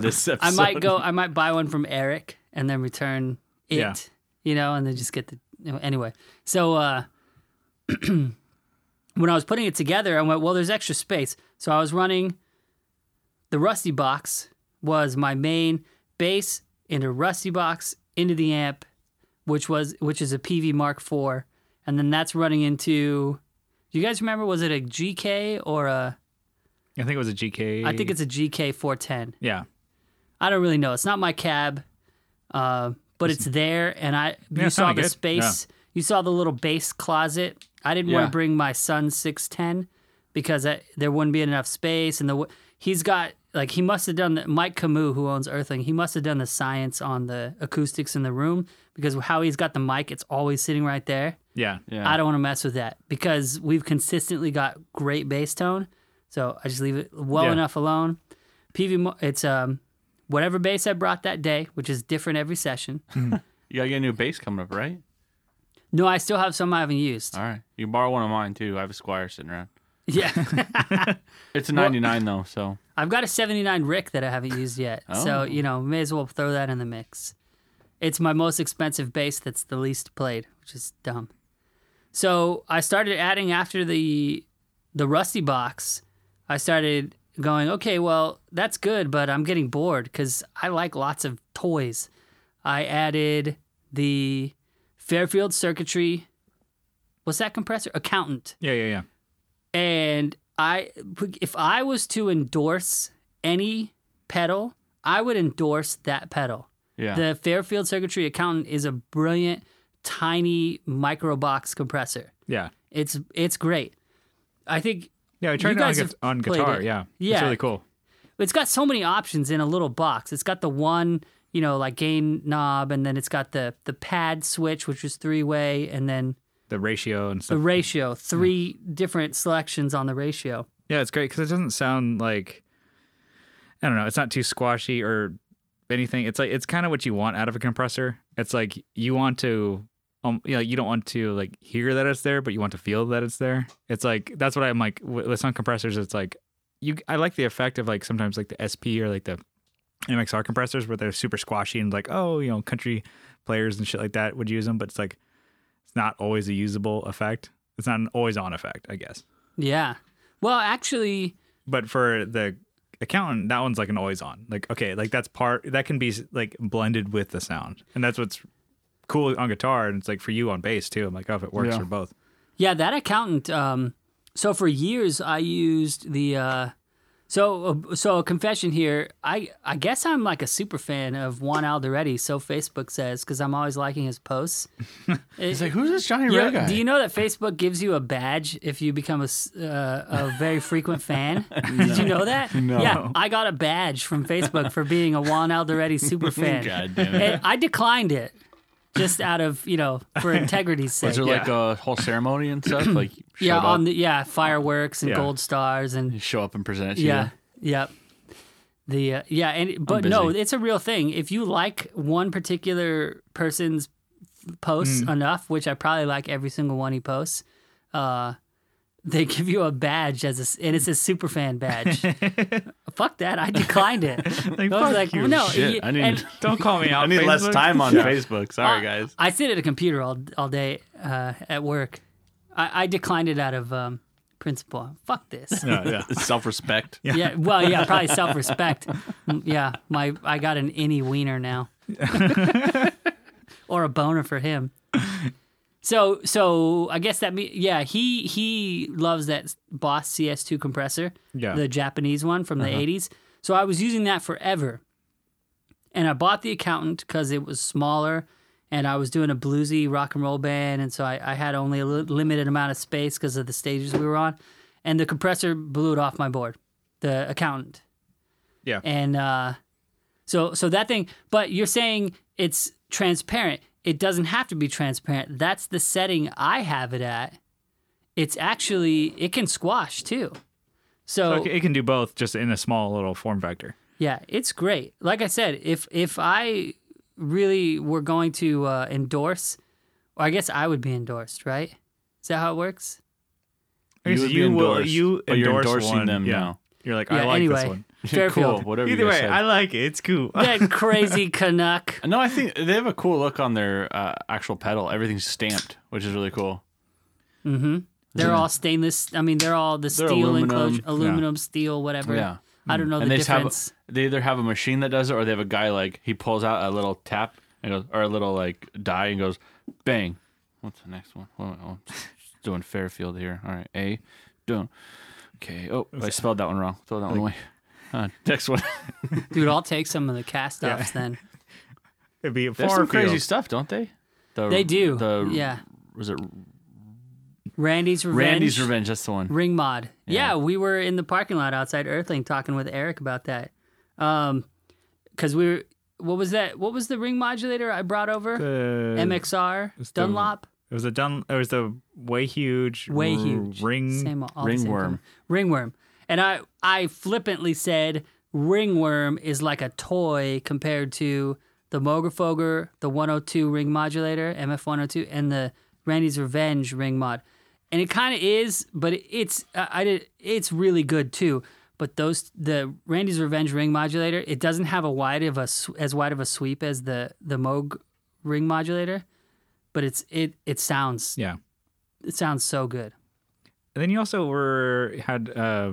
[SPEAKER 2] this episode.
[SPEAKER 3] I might go. I might buy one from Eric and then return it.
[SPEAKER 1] Yeah.
[SPEAKER 3] You know, and then just get the anyway. So uh, <clears throat> when I was putting it together, I went, well, there's extra space. So I was running. The Rusty Box was my main bass into Rusty Box into the amp, which was which is a PV Mark IV, and then that's running into. Do you guys remember? Was it a GK or a?
[SPEAKER 1] I think it was a GK.
[SPEAKER 3] I think it's a GK 410.
[SPEAKER 1] Yeah.
[SPEAKER 3] I don't really know. It's not my cab, uh, but it's there. And I,
[SPEAKER 1] it
[SPEAKER 3] you saw
[SPEAKER 1] sounded
[SPEAKER 3] the
[SPEAKER 1] good.
[SPEAKER 3] space. You saw the little base closet. I didn't want
[SPEAKER 2] Yeah.
[SPEAKER 3] to bring my son six ten because I, there wouldn't be enough space. And the w- he's got like he must have done the, Mike Camus who owns Earthling. He must have done the science on the acoustics in the room because how he's got the mic, it's always sitting right there.
[SPEAKER 1] Yeah.
[SPEAKER 2] Yeah.
[SPEAKER 3] I don't want to mess with that because we've consistently got great bass tone. So I just leave it well
[SPEAKER 1] Yeah.
[SPEAKER 3] enough alone. PV, Mo- it's um, whatever bass I brought that day, which is different every session.
[SPEAKER 2] You gotta get a new bass coming up, right?
[SPEAKER 3] no, I still have some I haven't used.
[SPEAKER 2] All right. You can borrow one of mine too. I have a Squire sitting around.
[SPEAKER 3] <laughs> Yeah,
[SPEAKER 2] It's a 99 though, so
[SPEAKER 3] I've got a '79 Rick that I haven't used yet. So
[SPEAKER 2] Oh.
[SPEAKER 3] you know, may as well throw that in the mix. It's my most expensive bass that's the least played, which is dumb. So I started adding after the the rusty box. I started going, okay, well, that's good, but I'm getting bored because I like lots of toys. I added the Fairfield circuitry. What's that compressor? Accountant.
[SPEAKER 1] Yeah. Yeah. Yeah.
[SPEAKER 3] And I, if I was to endorse any pedal, I would endorse that pedal.
[SPEAKER 2] yeah.
[SPEAKER 3] The Fairfield Circuitry Accountant is a brilliant, tiny micro box compressor.
[SPEAKER 1] Yeah.
[SPEAKER 3] It's it's great. I think
[SPEAKER 1] Yeah. I tried it on,
[SPEAKER 3] guys
[SPEAKER 1] gu-
[SPEAKER 3] have
[SPEAKER 1] on
[SPEAKER 3] played
[SPEAKER 1] guitar.
[SPEAKER 3] it.
[SPEAKER 1] Yeah.
[SPEAKER 3] Yeah.
[SPEAKER 1] It's really cool.
[SPEAKER 3] it's got so many options in a little box. It's got the one, you know, like gain knob, and then it's got the the pad switch, which is three way, and then
[SPEAKER 1] The ratio and
[SPEAKER 3] the
[SPEAKER 1] stuff.
[SPEAKER 3] ratio. Three different selections on the ratio.
[SPEAKER 1] Yeah. It's great because it doesn't sound like, I don't know, it's not too squashy or anything. It's like, it's kind of what you want out of a compressor. It's like you want to, um, you know, you don't want to like hear that it's there, but you want to feel that it's there. It's like, that's what I'm like with with some compressors. It's like, you, I like the effect of like sometimes like the SP or like the MXR compressors where they're super squashy and like, oh, you know, country players and shit like that would use them, but it's like it's not always a usable effect. It's not an always on effect, I guess.
[SPEAKER 3] Yeah. Well, actually,
[SPEAKER 1] But for the accountant, that one's like an always on. Like okay, like that's part that can be like blended with the sound, and that's what's cool on guitar, and it's like for you on bass too. I'm like, oh, if it works
[SPEAKER 2] Yeah.
[SPEAKER 1] for both.
[SPEAKER 3] Yeah, that accountant. Um, so for years, I used the. Uh, so uh, so a confession here. I I guess I'm like a super fan of Juan Alderetti. So Facebook says because I'm always liking his posts.
[SPEAKER 2] <laughs> He's like, who's this Johnny
[SPEAKER 3] You
[SPEAKER 2] Red
[SPEAKER 3] know-
[SPEAKER 2] guy?
[SPEAKER 3] do you know that Facebook gives you a badge if you become a, s- uh, a very
[SPEAKER 2] <laughs>
[SPEAKER 3] frequent fan? Did you know that?
[SPEAKER 2] No.
[SPEAKER 3] Yeah, I got a badge from Facebook for being a Juan Alderetti
[SPEAKER 2] <laughs>
[SPEAKER 3] super fan.
[SPEAKER 2] Oh God damn
[SPEAKER 3] <laughs>
[SPEAKER 2] it.
[SPEAKER 3] And I declined it just out of, you know,
[SPEAKER 2] <laughs>
[SPEAKER 3] for integrity's sake.
[SPEAKER 2] Was there like a whole ceremony and
[SPEAKER 3] <clears throat>
[SPEAKER 2] stuff? Like, you
[SPEAKER 3] yeah,
[SPEAKER 2] showed
[SPEAKER 3] on
[SPEAKER 2] up,
[SPEAKER 3] the yeah, fireworks and
[SPEAKER 1] Yeah.
[SPEAKER 3] gold stars and
[SPEAKER 2] you show up and present it to
[SPEAKER 3] yeah.
[SPEAKER 2] you.
[SPEAKER 3] Yep. The uh, yeah, and but
[SPEAKER 2] busy.
[SPEAKER 3] no, it's a real thing. If you like one particular person's posts
[SPEAKER 2] Mm.
[SPEAKER 3] enough, which I probably like every single one he posts, uh, they <laughs> give you a badge as a, s- and it says super
[SPEAKER 2] <laughs>
[SPEAKER 3] fan badge. fuck that, I declined it.
[SPEAKER 1] Like,
[SPEAKER 3] I was
[SPEAKER 1] fuck
[SPEAKER 3] like,
[SPEAKER 1] you.
[SPEAKER 3] no,
[SPEAKER 2] Shit,
[SPEAKER 3] you-
[SPEAKER 2] I need-
[SPEAKER 3] Oh, and
[SPEAKER 1] Don't call
[SPEAKER 2] <laughs>
[SPEAKER 1] me out.
[SPEAKER 2] I need less
[SPEAKER 1] Facebook.
[SPEAKER 2] time on
[SPEAKER 1] Yeah.
[SPEAKER 2] Facebook.
[SPEAKER 3] <laughs>
[SPEAKER 2] Sorry,
[SPEAKER 3] I-
[SPEAKER 2] guys.
[SPEAKER 3] I, sit at a computer all all day uh, at work. I, I declined it out of um, principle. Fuck this.
[SPEAKER 1] Yeah, <laughs> yeah.
[SPEAKER 2] Self respect.
[SPEAKER 3] <laughs> Yeah. Well, yeah, probably self respect. yeah. My I got an any wiener now, or a boner for him. So so I guess that me yeah he he loves that Boss CS2 compressor,
[SPEAKER 1] Yeah.
[SPEAKER 3] the Japanese one from the 80s. So I was using that forever, and I bought the accountant because it was smaller. And I was doing a bluesy rock and roll band, and so I, I had only a li- limited amount of space because of the stages we were on. And the compressor blew it off my board, the accountant.
[SPEAKER 1] Yeah.
[SPEAKER 3] And uh, so so that thing, but you're saying it's transparent. It doesn't have to be transparent. That's the setting I have it at. It's actually it can squash too. So
[SPEAKER 1] So it can do both, just in a small little form factor.
[SPEAKER 3] yeah, it's great. Like I said, if if I really were going to uh, endorse, or I guess I would be endorsed, right? Is that how it works?
[SPEAKER 1] I guess
[SPEAKER 2] would be
[SPEAKER 1] you will-
[SPEAKER 2] endorsed,
[SPEAKER 1] you
[SPEAKER 2] but you're
[SPEAKER 1] endorse
[SPEAKER 2] endorsing
[SPEAKER 1] one,
[SPEAKER 2] them
[SPEAKER 1] yeah.
[SPEAKER 2] now.
[SPEAKER 1] You're like,
[SPEAKER 3] yeah.
[SPEAKER 1] I like
[SPEAKER 3] anyway,
[SPEAKER 1] this one. <laughs>
[SPEAKER 3] Fairfield.
[SPEAKER 2] Cool. Whatever.
[SPEAKER 1] Either
[SPEAKER 2] you
[SPEAKER 1] way,
[SPEAKER 2] guys said.
[SPEAKER 1] I like it. It's cool.
[SPEAKER 3] That crazy Canuck.
[SPEAKER 2] No, I think they have a cool look on their uh, actual pedal. Everything's stamped, which is really cool.
[SPEAKER 3] They're all stainless. I mean, they're all the
[SPEAKER 2] They're
[SPEAKER 3] steel
[SPEAKER 2] aluminum,
[SPEAKER 3] enclosure,
[SPEAKER 2] yeah.
[SPEAKER 3] aluminum, steel, whatever.
[SPEAKER 2] Yeah.
[SPEAKER 3] I don't know
[SPEAKER 2] and
[SPEAKER 3] the
[SPEAKER 2] they just have
[SPEAKER 3] difference.
[SPEAKER 2] they either have a machine that does it or they have a guy like he pulls out a little tap and goes or a little like die and goes bang. What's the next one? Oh, oh, just doing Fairfield here. All right, A, doing. Okay. Oh, I spelled that one wrong. Throw that one away. <laughs> Uh, next one.
[SPEAKER 3] Dude, I'll take some of the cast
[SPEAKER 2] <laughs>
[SPEAKER 3] offs then.
[SPEAKER 1] <laughs> It'd be a
[SPEAKER 2] There's
[SPEAKER 1] far
[SPEAKER 2] some crazy
[SPEAKER 1] field.
[SPEAKER 2] stuff, don't they? The-
[SPEAKER 3] They do.
[SPEAKER 2] The,
[SPEAKER 3] yeah.
[SPEAKER 2] Was it
[SPEAKER 3] Randy's Revenge.
[SPEAKER 2] Randy's Revenge? That's the one.
[SPEAKER 3] Ring mod. Yeah. we were in the parking lot outside Earthling talking with Eric about that. Um, because we were, what was that? What was the ring modulator I brought over?
[SPEAKER 1] Uh,
[SPEAKER 3] MXR,
[SPEAKER 1] the-
[SPEAKER 3] Dunlop,
[SPEAKER 1] It was a dun. It was the way huge,
[SPEAKER 3] way
[SPEAKER 1] r-
[SPEAKER 3] huge.
[SPEAKER 1] ring.
[SPEAKER 3] Same- all the same
[SPEAKER 2] Ringworm.
[SPEAKER 3] company. Ringworm. And I, I flippantly said ringworm is like a toy compared to the Mogerfoger, the 102 ring modulator, MF102, and the Randy's Revenge ring mod. And it kind of is, but it- it's I I did it's really good too. But those the Randy's Revenge ring modulator, it doesn't have a wide of a sw- as wide of a sweep as the the Moog ring modulator, but it's it it sounds
[SPEAKER 1] Yeah.
[SPEAKER 3] it sounds so good.
[SPEAKER 1] And then you also were had uh,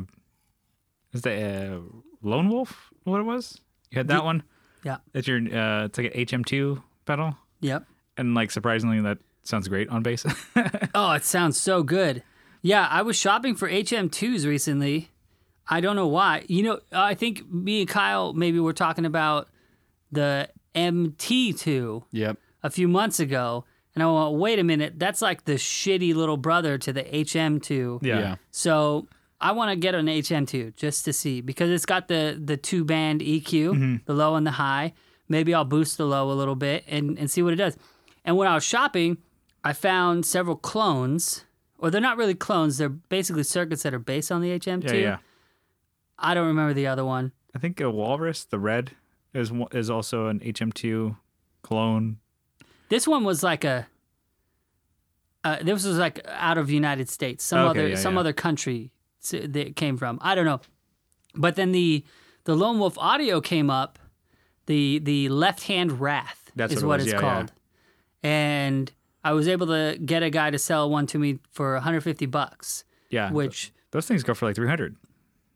[SPEAKER 1] is that uh, Lone Wolf? What it was? You had that one.
[SPEAKER 3] yeah.
[SPEAKER 1] It's your. Uh, it's like an HM2 pedal,
[SPEAKER 3] Yep.
[SPEAKER 1] and like surprisingly, that sounds great on <laughs> bass.
[SPEAKER 3] Oh, it sounds so good. Yeah, I was shopping for HM2s recently. I don't know why. You know, I think me and Kyle maybe were talking about the MT2
[SPEAKER 2] Yep.
[SPEAKER 3] a few months ago. And I went, wait a minute, that's like the shitty little brother to the HM2.
[SPEAKER 1] Yeah.
[SPEAKER 2] yeah.
[SPEAKER 3] So I want to get an HM2 just to see because it's got the the two band EQ,
[SPEAKER 1] Mm-hmm.
[SPEAKER 3] the low and the high. Maybe I'll boost the low a little bit and and see what it does. And when I was shopping, I found several clones, or they're not really clones. They're basically circuits that are based on the HM2.
[SPEAKER 1] yeah, yeah.
[SPEAKER 3] I don't remember the other one.
[SPEAKER 1] I think a Walrus, the red, is one- is also an HM2 clone.
[SPEAKER 3] This one was like a. Uh, this was like out of United States, some
[SPEAKER 1] Okay,
[SPEAKER 3] other
[SPEAKER 1] yeah,
[SPEAKER 3] some
[SPEAKER 1] yeah.
[SPEAKER 3] other country s- that it came from. I don't know, but then the the Lone Wolf audio came up. The the left hand wrath
[SPEAKER 1] That's
[SPEAKER 3] is
[SPEAKER 1] what
[SPEAKER 3] what,
[SPEAKER 1] it was,
[SPEAKER 3] it's
[SPEAKER 1] yeah, yeah.
[SPEAKER 3] called, and I was able to get a guy to sell one to me for 150 bucks.
[SPEAKER 1] Yeah.
[SPEAKER 3] Which
[SPEAKER 1] those things go for like 300.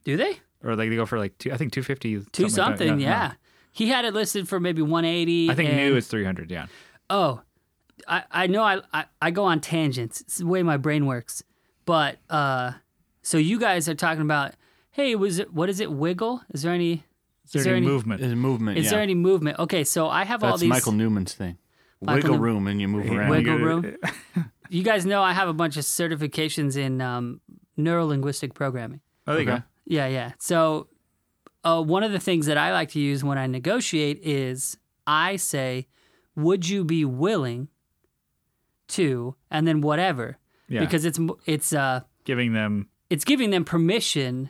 [SPEAKER 3] do they?
[SPEAKER 1] or like they go for like two. I think two fifty.
[SPEAKER 3] Two something, yeah. He had it listed for maybe 180.
[SPEAKER 1] I think
[SPEAKER 3] and-
[SPEAKER 1] new is three hundred. Yeah.
[SPEAKER 3] Oh, I, I know I, I, I go on tangents. It's the way my brain works. But uh, so you guys are talking about, hey, was it what is it? Wiggle? Is there any?
[SPEAKER 1] Is there,
[SPEAKER 3] there
[SPEAKER 1] any
[SPEAKER 3] any-
[SPEAKER 1] movement?
[SPEAKER 2] It's movement.
[SPEAKER 3] Is
[SPEAKER 2] yeah.
[SPEAKER 3] there any movement? Okay, so I have all
[SPEAKER 2] That's
[SPEAKER 3] these.
[SPEAKER 2] Michael Newman's thing.
[SPEAKER 3] Michael
[SPEAKER 2] Wiggle
[SPEAKER 3] Newman.
[SPEAKER 2] room, and you move around.
[SPEAKER 3] Wiggle
[SPEAKER 1] You-
[SPEAKER 3] room. You guys know I have a bunch of certifications in um, neuro linguistic programming.
[SPEAKER 1] Oh, there you
[SPEAKER 2] Okay.
[SPEAKER 1] go.
[SPEAKER 3] Yeah, yeah. So, uh, one of the things that I like to use when I negotiate is I say, "Would you be willing to?" and then whatever,
[SPEAKER 1] Yeah.
[SPEAKER 3] because it's m- it's uh
[SPEAKER 1] Giving them.
[SPEAKER 3] it's giving them permission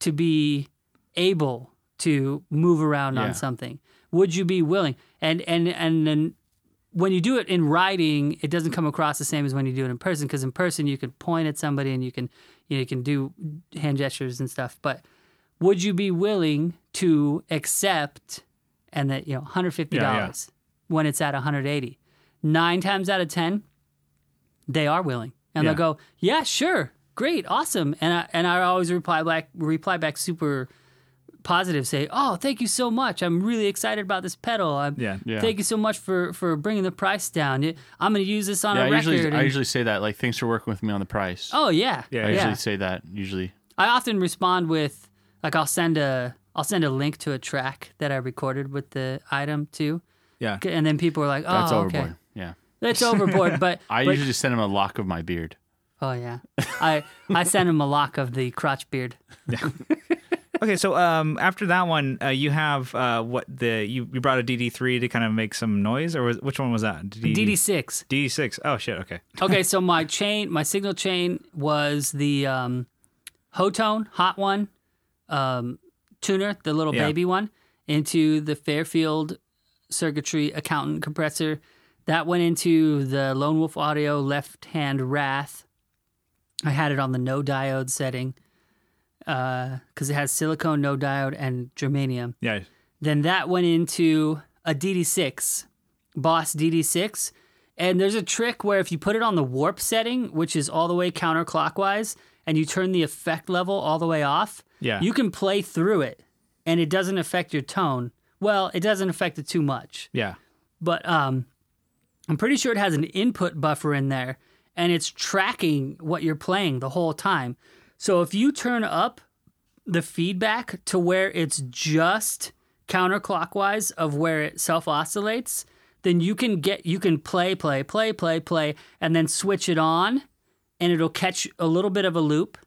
[SPEAKER 3] to be able to move around
[SPEAKER 2] Yeah.
[SPEAKER 3] on something. Would you be willing? And and and then when you do it in writing, it doesn't come across the same as when you do it in person because in person you can point at somebody and you can you, know, you can do hand gestures and stuff. But would you be willing to accept and that you know $150
[SPEAKER 1] Yeah, yeah.
[SPEAKER 3] when it's at 180 nine times out of ten they are willing and
[SPEAKER 1] Yeah.
[SPEAKER 3] they'll go yeah sure great awesome and I, and I always reply back reply back super positive say oh thank you so much i'm really excited about this pedal i'm
[SPEAKER 1] Yeah.
[SPEAKER 2] Yeah.
[SPEAKER 3] Thank you so much for, for bringing the price down. It- I'm going to use this on
[SPEAKER 2] Yeah,
[SPEAKER 3] a
[SPEAKER 2] I
[SPEAKER 3] record.
[SPEAKER 2] usually I
[SPEAKER 3] and-
[SPEAKER 2] usually say that like thanks for working with me on the price.
[SPEAKER 3] oh yeah,
[SPEAKER 1] Yeah,
[SPEAKER 2] I
[SPEAKER 3] yeah.
[SPEAKER 2] usually say that usually.
[SPEAKER 3] I often respond with like I'll send a I'll send a link to a track that I recorded with the item too,
[SPEAKER 1] Yeah.
[SPEAKER 3] and then people are like, "Oh,
[SPEAKER 2] That's
[SPEAKER 3] okay,
[SPEAKER 2] overboard. Yeah.
[SPEAKER 3] that's overboard." But
[SPEAKER 2] <laughs> I
[SPEAKER 3] but-
[SPEAKER 2] usually send him a lock of my beard.
[SPEAKER 3] oh yeah, I I send him a lock of the crotch beard.
[SPEAKER 1] Okay, so um, after that one, uh, you have uh, what the you, you brought a DD three to kind of make some noise, or was, which one was that?
[SPEAKER 3] DD six.
[SPEAKER 1] DD six. Oh shit. Okay.
[SPEAKER 3] okay, so my chain, my signal chain was the um, Hotone Hot One um, tuner, the little
[SPEAKER 1] Yeah.
[SPEAKER 3] baby one, into the Fairfield circuitry accountant compressor. That went into the Lone Wolf Audio left hand Wrath. I had it on the no diode setting because it has silicone no diode and germanium.
[SPEAKER 1] Yeah.
[SPEAKER 3] Then that went into a DD6, Boss DD6. And there's a trick where if you put it on the warp setting, which is all the way counterclockwise, and you turn the effect level all the way off,
[SPEAKER 1] Yeah.
[SPEAKER 3] you can play through it and it doesn't affect your tone. Well, it doesn't affect it too much
[SPEAKER 1] Yeah.
[SPEAKER 3] but um, I'm pretty sure it has an input buffer in there, and it's tracking what you're playing the whole time. So if you turn up the feedback to where it's just counterclockwise of where it self oscillates, then you can get you can play, play, play, play, play, and then switch it on, and it'll catch a little bit of a loop,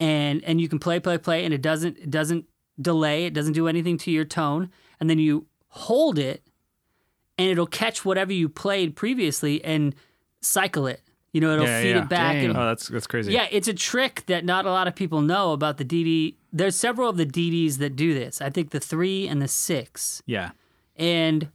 [SPEAKER 3] and and you can play, play, play, and it doesn't it doesn't delay, it doesn't do anything to your tone, and then you hold it and it'll catch whatever you played previously and cycle it. You know, it'll
[SPEAKER 1] Yeah,
[SPEAKER 3] feed
[SPEAKER 1] yeah.
[SPEAKER 3] it back.
[SPEAKER 2] Dang.
[SPEAKER 3] It'll-
[SPEAKER 1] Oh, that's that's crazy.
[SPEAKER 3] yeah, it's a trick that not a lot of people know about the DD. There's several of the DDs that do this. I think the three and the six,
[SPEAKER 1] Yeah.
[SPEAKER 3] and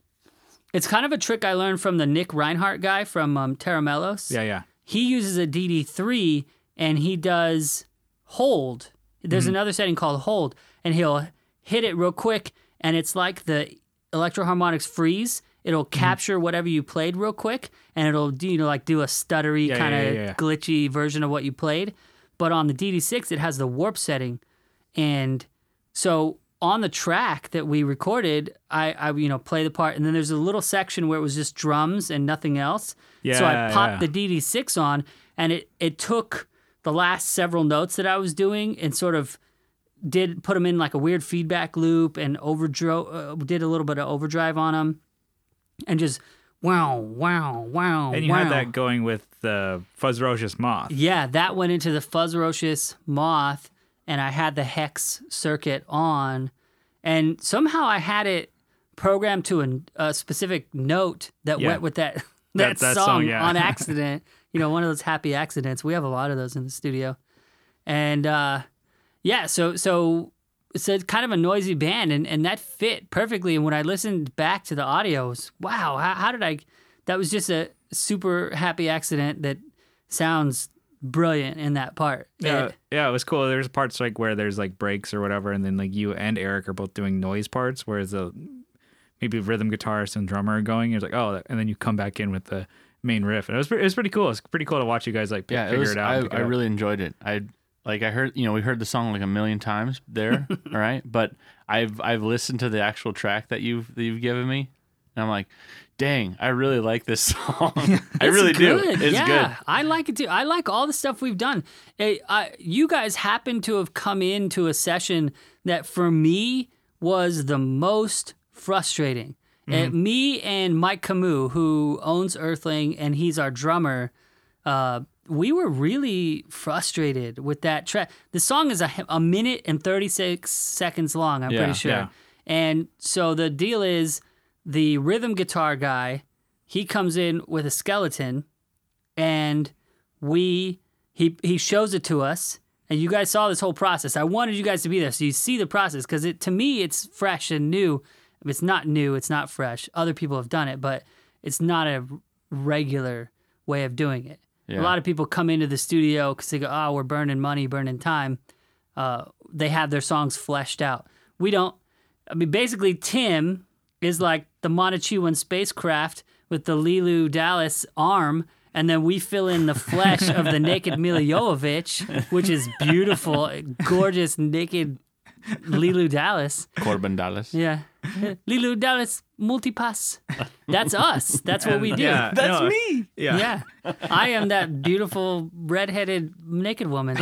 [SPEAKER 3] it's kind of a trick I learned from the Nick Reinhardt guy from um, Terramelos.
[SPEAKER 1] Yeah. Yeah.
[SPEAKER 3] He uses a DD three, and he does hold. There's
[SPEAKER 1] Mm-hmm.
[SPEAKER 3] another setting called hold, and he'll hit it real quick, and it's like the electroharmonics freeze. It'll
[SPEAKER 1] Mm-hmm.
[SPEAKER 3] capture whatever you played real quick, and it'll do you know like do a stuttery
[SPEAKER 1] Yeah,
[SPEAKER 3] kind of
[SPEAKER 1] yeah, yeah, yeah.
[SPEAKER 3] glitchy version of what you played. But on the DD6, it has the warp setting, and so on the track that we recorded, I, I you know play the part, and then there's a little section where it was just drums and nothing else. so
[SPEAKER 1] Yeah,
[SPEAKER 3] I
[SPEAKER 1] yeah.
[SPEAKER 3] popped the DD6 on, and it it took the last several notes that I was doing and sort of did put them in like a weird feedback loop and overdrove uh, did a little bit of overdrive on them, and just wow wow wow
[SPEAKER 1] And you
[SPEAKER 3] wow.
[SPEAKER 1] had that going with the Fuzzrocious Moth.
[SPEAKER 3] Yeah, that went into the Fuzzrocious Moth, and I had the Hex circuit on, and somehow I had it programmed to a, a specific note that
[SPEAKER 1] Yeah.
[SPEAKER 3] went with that <laughs>
[SPEAKER 1] That-
[SPEAKER 3] that,
[SPEAKER 1] that
[SPEAKER 3] song,
[SPEAKER 1] song, yeah. <laughs>
[SPEAKER 3] on accident. you know, one of those happy accidents. We have a lot of those in the studio, and uh, yeah, so so it's a kind of a noisy band, and, and that fit perfectly. And when I listened back to the audio, it was, wow, how, how did I? That was just a super happy accident that sounds brilliant in that part.
[SPEAKER 1] Yeah,
[SPEAKER 3] It-
[SPEAKER 1] yeah, it was cool. There's parts like where there's like breaks or whatever, and then like you and Eric are both doing noise parts, whereas the maybe rhythm guitarist and drummer are going. It's like oh, and then you come back in with the main riff, and it was pre- it was pretty cool. It's pretty cool to watch you guys like p-
[SPEAKER 2] Yeah,
[SPEAKER 1] figure
[SPEAKER 2] it
[SPEAKER 1] out.
[SPEAKER 2] was.
[SPEAKER 1] and
[SPEAKER 2] I,
[SPEAKER 1] pick it
[SPEAKER 2] I
[SPEAKER 1] up.
[SPEAKER 2] really enjoyed it. I Like I heard, you know, we heard the song like a million times there, all right? But I've I've listened to the actual track that you've that you've given me, and I'm like, dang, I really like this <laughs> song. I
[SPEAKER 3] It's
[SPEAKER 2] really
[SPEAKER 3] good,
[SPEAKER 2] do. It's
[SPEAKER 3] yeah,
[SPEAKER 2] good.
[SPEAKER 3] I like it too. I like all the stuff we've done. Eh, I- you guys happen to have come into a session that for me was the most frustrating.
[SPEAKER 2] Mm-hmm.
[SPEAKER 3] Eh, me and Mike Camus, who owns Earthling and he's our drummer, uh, we were really frustrated with that track. The song is a, a minute and 36 seconds long, I'm
[SPEAKER 2] Yeah,
[SPEAKER 3] pretty sure.
[SPEAKER 1] yeah.
[SPEAKER 3] And so the deal is the rhythm guitar guy, he comes in with a skeleton and we he he shows it to us and you guys saw this whole process. I wanted you guys to be there so you see the process cuz it to me it's fresh and new. If It's not new, it's not fresh. Other people have done it, but it's not a regular way of doing it.
[SPEAKER 2] Yeah.
[SPEAKER 3] A lot of people come into the studio cuz they go, "Oh, we're burning money, burning time." Uh, they have their songs fleshed out. We don't I mean, basically, Tim is like the Montechuan spacecraft with the Lilu Dallas arm, and then we fill in the flesh of the naked Miljovic, which is beautiful, gorgeous, naked Lilu Dallas.
[SPEAKER 2] Corbin Dallas.
[SPEAKER 3] Yeah. Lilu Dallas multipass. That's us. That's what we do.
[SPEAKER 1] Yeah, That's no. me. Yeah.
[SPEAKER 3] Yeah. I am that beautiful, redheaded, naked woman.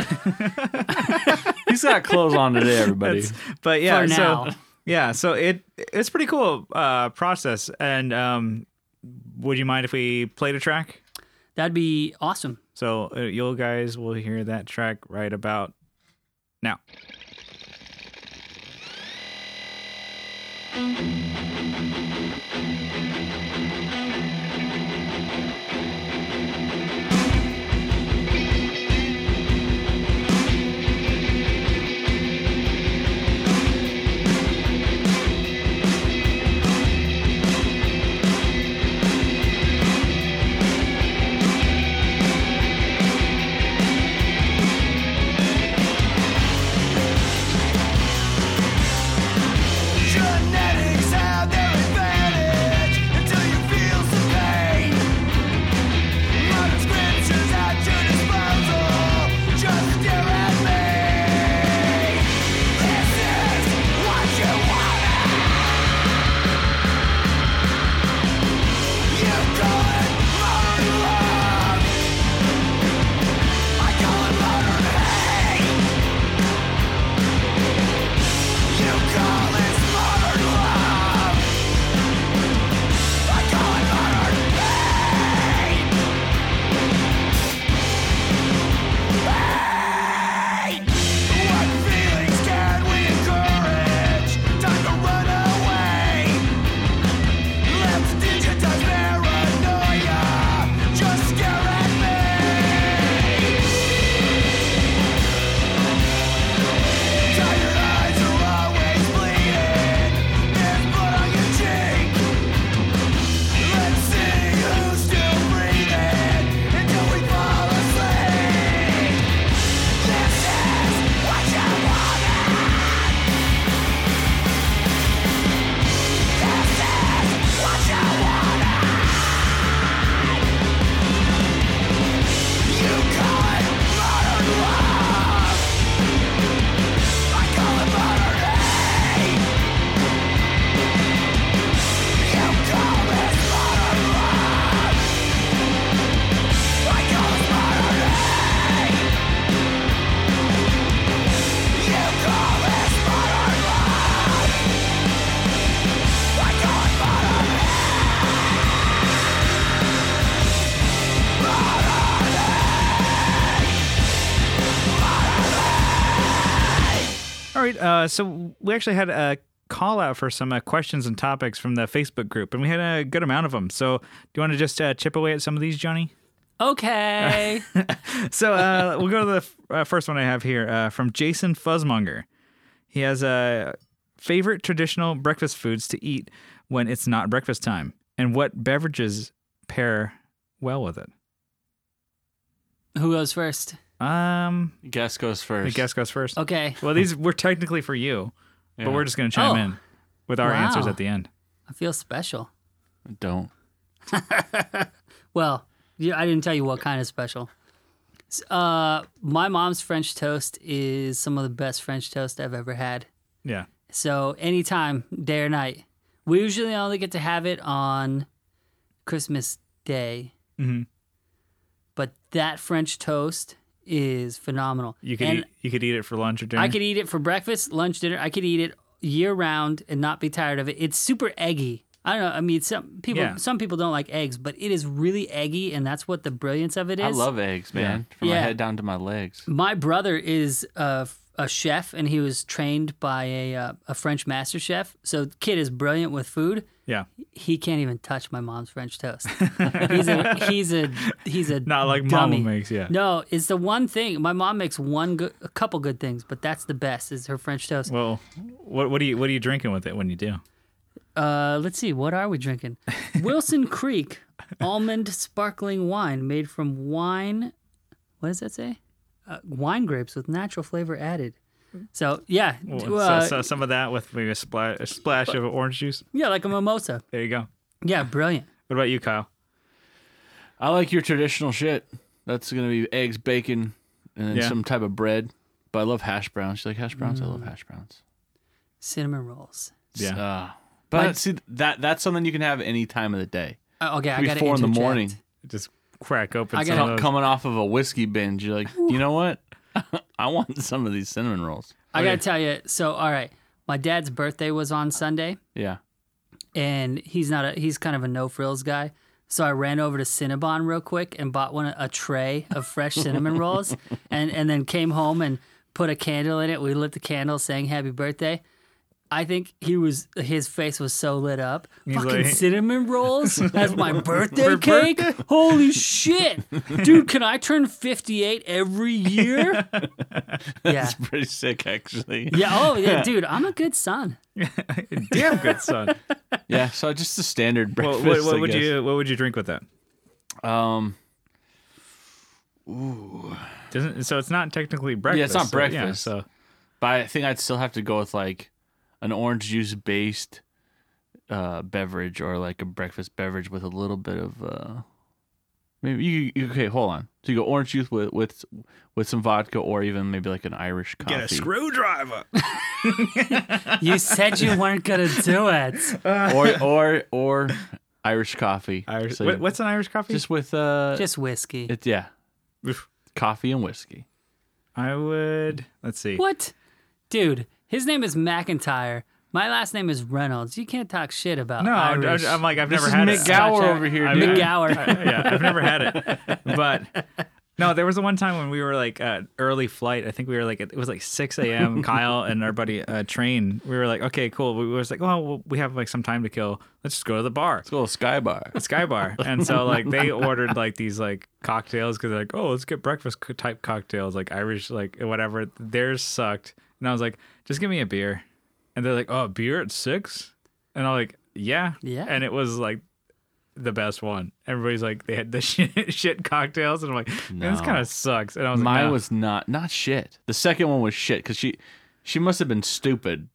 [SPEAKER 2] He's got clothes on today, everybody.
[SPEAKER 1] That's- but yeah,
[SPEAKER 3] For
[SPEAKER 1] so
[SPEAKER 3] now.
[SPEAKER 1] yeah, so it it's pretty cool uh, process. And um, would you mind if we played a track?
[SPEAKER 3] That'd be awesome.
[SPEAKER 1] So uh, you guys will hear that track right about now.
[SPEAKER 4] Genetics have their advantage until you feel some pain. Modern scriptures at your disposal, just stare at me. This is what you wanted. You call it modern love. I call it modern hate. You call this modern love? I call it modern pain. What feelings can we encourage? Time to run away. Let's digitize paranoia. Just scare at me. Tired eyes are always bleeding. There's blood on your cheek. Let's see who's still breathing until we fall asleep. This is what you wanted. This is what you wanted. You call it modern love. I call it modern hate. You call this modern love. I call it modern hate. You call this modern love. I call it modern hate. Modern
[SPEAKER 1] All right. Uh, so we actually had a call out for some uh, questions and topics from the Facebook group, and we had a good amount of them. So do you want to just uh, chip away at some of these, Johnny?
[SPEAKER 3] Okay.
[SPEAKER 1] So uh, we'll go to the f- uh, first one I have here uh, from Jason Fuzzmonger. He has uh, favorite traditional breakfast foods to eat when it's not breakfast time, and what beverages pair well with it.
[SPEAKER 3] Who goes first?
[SPEAKER 1] Um,
[SPEAKER 2] Guess goes
[SPEAKER 1] the
[SPEAKER 2] first.
[SPEAKER 1] guest goes first.
[SPEAKER 3] Okay.
[SPEAKER 1] Well, these were technically for you,
[SPEAKER 2] Yeah.
[SPEAKER 1] but we're just gonna chime
[SPEAKER 3] Oh.
[SPEAKER 1] in with our
[SPEAKER 3] Wow.
[SPEAKER 1] answers at the end.
[SPEAKER 3] I feel special.
[SPEAKER 2] Don't.
[SPEAKER 3] Well, you, I didn't tell you what kind of special. Uh, my mom's French toast is some of the best French toast I've ever had.
[SPEAKER 1] Yeah.
[SPEAKER 3] So anytime, day or night. We usually only get to have it on Christmas Day.
[SPEAKER 1] Mhm.
[SPEAKER 3] But that French toast is phenomenal.
[SPEAKER 1] You could
[SPEAKER 3] And
[SPEAKER 1] eat, you could eat it for lunch or dinner.
[SPEAKER 3] I could eat it for breakfast, lunch, dinner. I could eat it year round and not be tired of it. It's super eggy. I don't know. I mean, some people
[SPEAKER 1] Yeah.
[SPEAKER 3] some people don't like eggs, but it is really eggy, and that's what the brilliance of it is.
[SPEAKER 2] I love eggs, man. From my
[SPEAKER 3] Yeah.
[SPEAKER 2] head down to my legs.
[SPEAKER 3] My brother is a, a chef, and he was trained by a uh, a French master chef. So kid is brilliant with food.
[SPEAKER 1] yeah.
[SPEAKER 3] He can't even touch my mom's
[SPEAKER 1] <laughs>
[SPEAKER 3] French toast. he's a he's a he's a
[SPEAKER 1] Not like mama
[SPEAKER 3] dummy.
[SPEAKER 1] makes, yeah.
[SPEAKER 3] No, it's the one thing. My mom makes one good, a couple good things, but that's the best is her French toast.
[SPEAKER 1] Well, what what are you what are you drinking with it when you do?
[SPEAKER 3] Uh, let's see, what are we
[SPEAKER 2] <laughs>
[SPEAKER 3] drinking? Wilson Creek almond sparkling wine made from wine. What does that say? Uh, wine grapes with natural flavor added. So yeah, d-
[SPEAKER 1] Well,
[SPEAKER 3] uh,
[SPEAKER 1] so, so some of that with maybe a splash a splash of orange juice.
[SPEAKER 3] yeah, like a mimosa.
[SPEAKER 1] There you go.
[SPEAKER 3] Yeah, brilliant.
[SPEAKER 1] What about you, Kyle?
[SPEAKER 2] I like your traditional shit. That's gonna be eggs, bacon, and then
[SPEAKER 1] Yeah.
[SPEAKER 2] some type of bread. But I love hash browns. You like hash browns? I love hash browns.
[SPEAKER 3] Cinnamon rolls.
[SPEAKER 1] Yeah.
[SPEAKER 2] Uh, but see that that's something you can have any time of the day.
[SPEAKER 3] Uh, okay, I
[SPEAKER 2] Three,
[SPEAKER 3] got
[SPEAKER 2] four in the morning.
[SPEAKER 1] Just crack open
[SPEAKER 3] I
[SPEAKER 1] some
[SPEAKER 3] gotta-
[SPEAKER 1] of those.
[SPEAKER 2] Coming off of a whiskey binge, you're like, you know what? <laughs> I want some of these cinnamon rolls.
[SPEAKER 3] I gotta tell you. So all right, my dad's birthday was on Sunday.
[SPEAKER 2] Yeah.
[SPEAKER 3] and he's not a he's kind of a no frills guy. So I ran over to Cinnabon real quick and bought one a tray of fresh cinnamon <laughs> rolls, and and then came home and put a candle in it. We lit the candle, saying happy birthday. I think he was his face was so lit up. Fucking
[SPEAKER 1] like-
[SPEAKER 3] cinnamon <laughs> rolls as my birthday
[SPEAKER 1] For
[SPEAKER 3] cake. Holy shit, dude! Can I turn fifty eight every <laughs> year? Yeah,
[SPEAKER 2] It's <laughs> pretty sick actually.
[SPEAKER 3] yeah. Oh yeah, dude. I'm a good son.
[SPEAKER 1] <laughs> Damn good
[SPEAKER 2] <laughs>
[SPEAKER 1] son.
[SPEAKER 2] Yeah, so just the standard
[SPEAKER 1] well, what,
[SPEAKER 2] breakfast.
[SPEAKER 1] what
[SPEAKER 2] I
[SPEAKER 1] would
[SPEAKER 2] guess.
[SPEAKER 1] you what would you drink with that?
[SPEAKER 2] Um,
[SPEAKER 1] Doesn't so it's not technically breakfast.
[SPEAKER 2] Yeah, it's not
[SPEAKER 1] so-
[SPEAKER 2] breakfast.
[SPEAKER 1] So,
[SPEAKER 2] but I think I'd still have to go with like an orange juice based uh, beverage or like a breakfast beverage with a little bit of uh, maybe you, you okay. Hold on, so you go orange juice with with with some vodka or even maybe like an Irish coffee.
[SPEAKER 1] screwdriver.
[SPEAKER 3] You said you weren't gonna do it.
[SPEAKER 2] <laughs>
[SPEAKER 1] <laughs>
[SPEAKER 2] or or or Irish coffee.
[SPEAKER 1] Irish,
[SPEAKER 2] So
[SPEAKER 1] what, what's an Irish coffee?
[SPEAKER 2] just with uh,
[SPEAKER 3] Just whiskey.
[SPEAKER 2] it, yeah,
[SPEAKER 1] Oof.
[SPEAKER 2] coffee and whiskey.
[SPEAKER 1] I would. Let's see.
[SPEAKER 3] What? Dude, his name is McIntyre. My last name is Reynolds. You can't talk shit about
[SPEAKER 1] No, I'm,
[SPEAKER 3] Irish.
[SPEAKER 1] I'm like I've
[SPEAKER 2] This
[SPEAKER 1] never
[SPEAKER 2] is
[SPEAKER 1] had
[SPEAKER 2] Mick
[SPEAKER 1] it.
[SPEAKER 2] Gower
[SPEAKER 3] Gotcha.
[SPEAKER 2] over here,
[SPEAKER 1] I-
[SPEAKER 2] dude.
[SPEAKER 1] Mick
[SPEAKER 2] <laughs>
[SPEAKER 1] I-
[SPEAKER 3] Gower.
[SPEAKER 1] <laughs> yeah, I've never had it. But no, there was the one time when we were like uh, early flight. I think we were like it was like 6 a.m. Kyle and our buddy uh, train. We were like, okay, cool. We was like, oh, well, we have like some time to kill. Let's just go to the bar.
[SPEAKER 2] It's a little sky bar.
[SPEAKER 1] Sky Bar. And so like
[SPEAKER 2] <laughs>
[SPEAKER 1] they ordered like these like cocktails because they're like, oh, let's get breakfast co- type cocktails, like Irish, like whatever. Theirs sucked. And I was like, just give me a beer. And they're like, oh, beer at six? And I'm like, yeah.
[SPEAKER 3] Yeah.
[SPEAKER 1] And it was like the best one. Everybody's like, they had the <laughs> shit, shit cocktails. And I'm like, Man, this
[SPEAKER 2] No.
[SPEAKER 1] kind of sucks. And I was like,
[SPEAKER 2] Mine
[SPEAKER 1] "Nah."
[SPEAKER 2] was not not shit. The second one was shit because she she must have been stupid.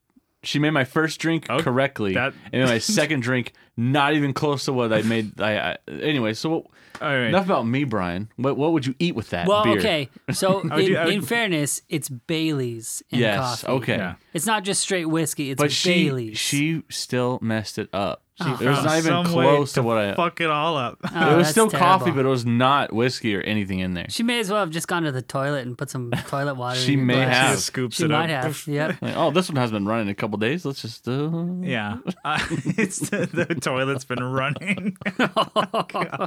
[SPEAKER 2] She made my first drink
[SPEAKER 1] Oh,
[SPEAKER 2] correctly,
[SPEAKER 1] that-
[SPEAKER 2] and
[SPEAKER 1] <laughs>
[SPEAKER 2] then my second drink not even close to what I made. I, I anyway. So
[SPEAKER 1] All right.
[SPEAKER 2] enough about me, Brian. What what would you eat with that?
[SPEAKER 3] well,
[SPEAKER 2] beer?
[SPEAKER 3] okay. So
[SPEAKER 2] <laughs>
[SPEAKER 3] in,
[SPEAKER 1] do- I would-
[SPEAKER 3] in fairness, it's Bailey's and
[SPEAKER 2] Yes.
[SPEAKER 3] coffee.
[SPEAKER 2] Okay.
[SPEAKER 1] Yeah.
[SPEAKER 3] It's not just straight whiskey. It's
[SPEAKER 2] But she
[SPEAKER 3] Bailey's.
[SPEAKER 2] she still messed it up. it was
[SPEAKER 1] Found
[SPEAKER 2] not even
[SPEAKER 1] some way
[SPEAKER 2] close to what I.
[SPEAKER 1] fuck it all up.
[SPEAKER 3] Oh,
[SPEAKER 2] it was
[SPEAKER 3] that's
[SPEAKER 2] still coffee,
[SPEAKER 3] terrible.
[SPEAKER 2] but it was not whiskey or anything in there.
[SPEAKER 3] she may as well have just gone to the toilet and put
[SPEAKER 2] <laughs>
[SPEAKER 3] some toilet water.
[SPEAKER 2] She
[SPEAKER 3] in your
[SPEAKER 2] may
[SPEAKER 3] glass.
[SPEAKER 2] have.
[SPEAKER 1] Just scoops
[SPEAKER 3] She
[SPEAKER 1] it
[SPEAKER 3] might
[SPEAKER 1] up.
[SPEAKER 2] <laughs>
[SPEAKER 3] have. Yep.
[SPEAKER 2] Like, oh, this one has been running a couple days. Let's just. Uh,
[SPEAKER 3] <laughs>
[SPEAKER 1] Yeah, <laughs> uh, it's the, the toilet's been running. <laughs> Oh,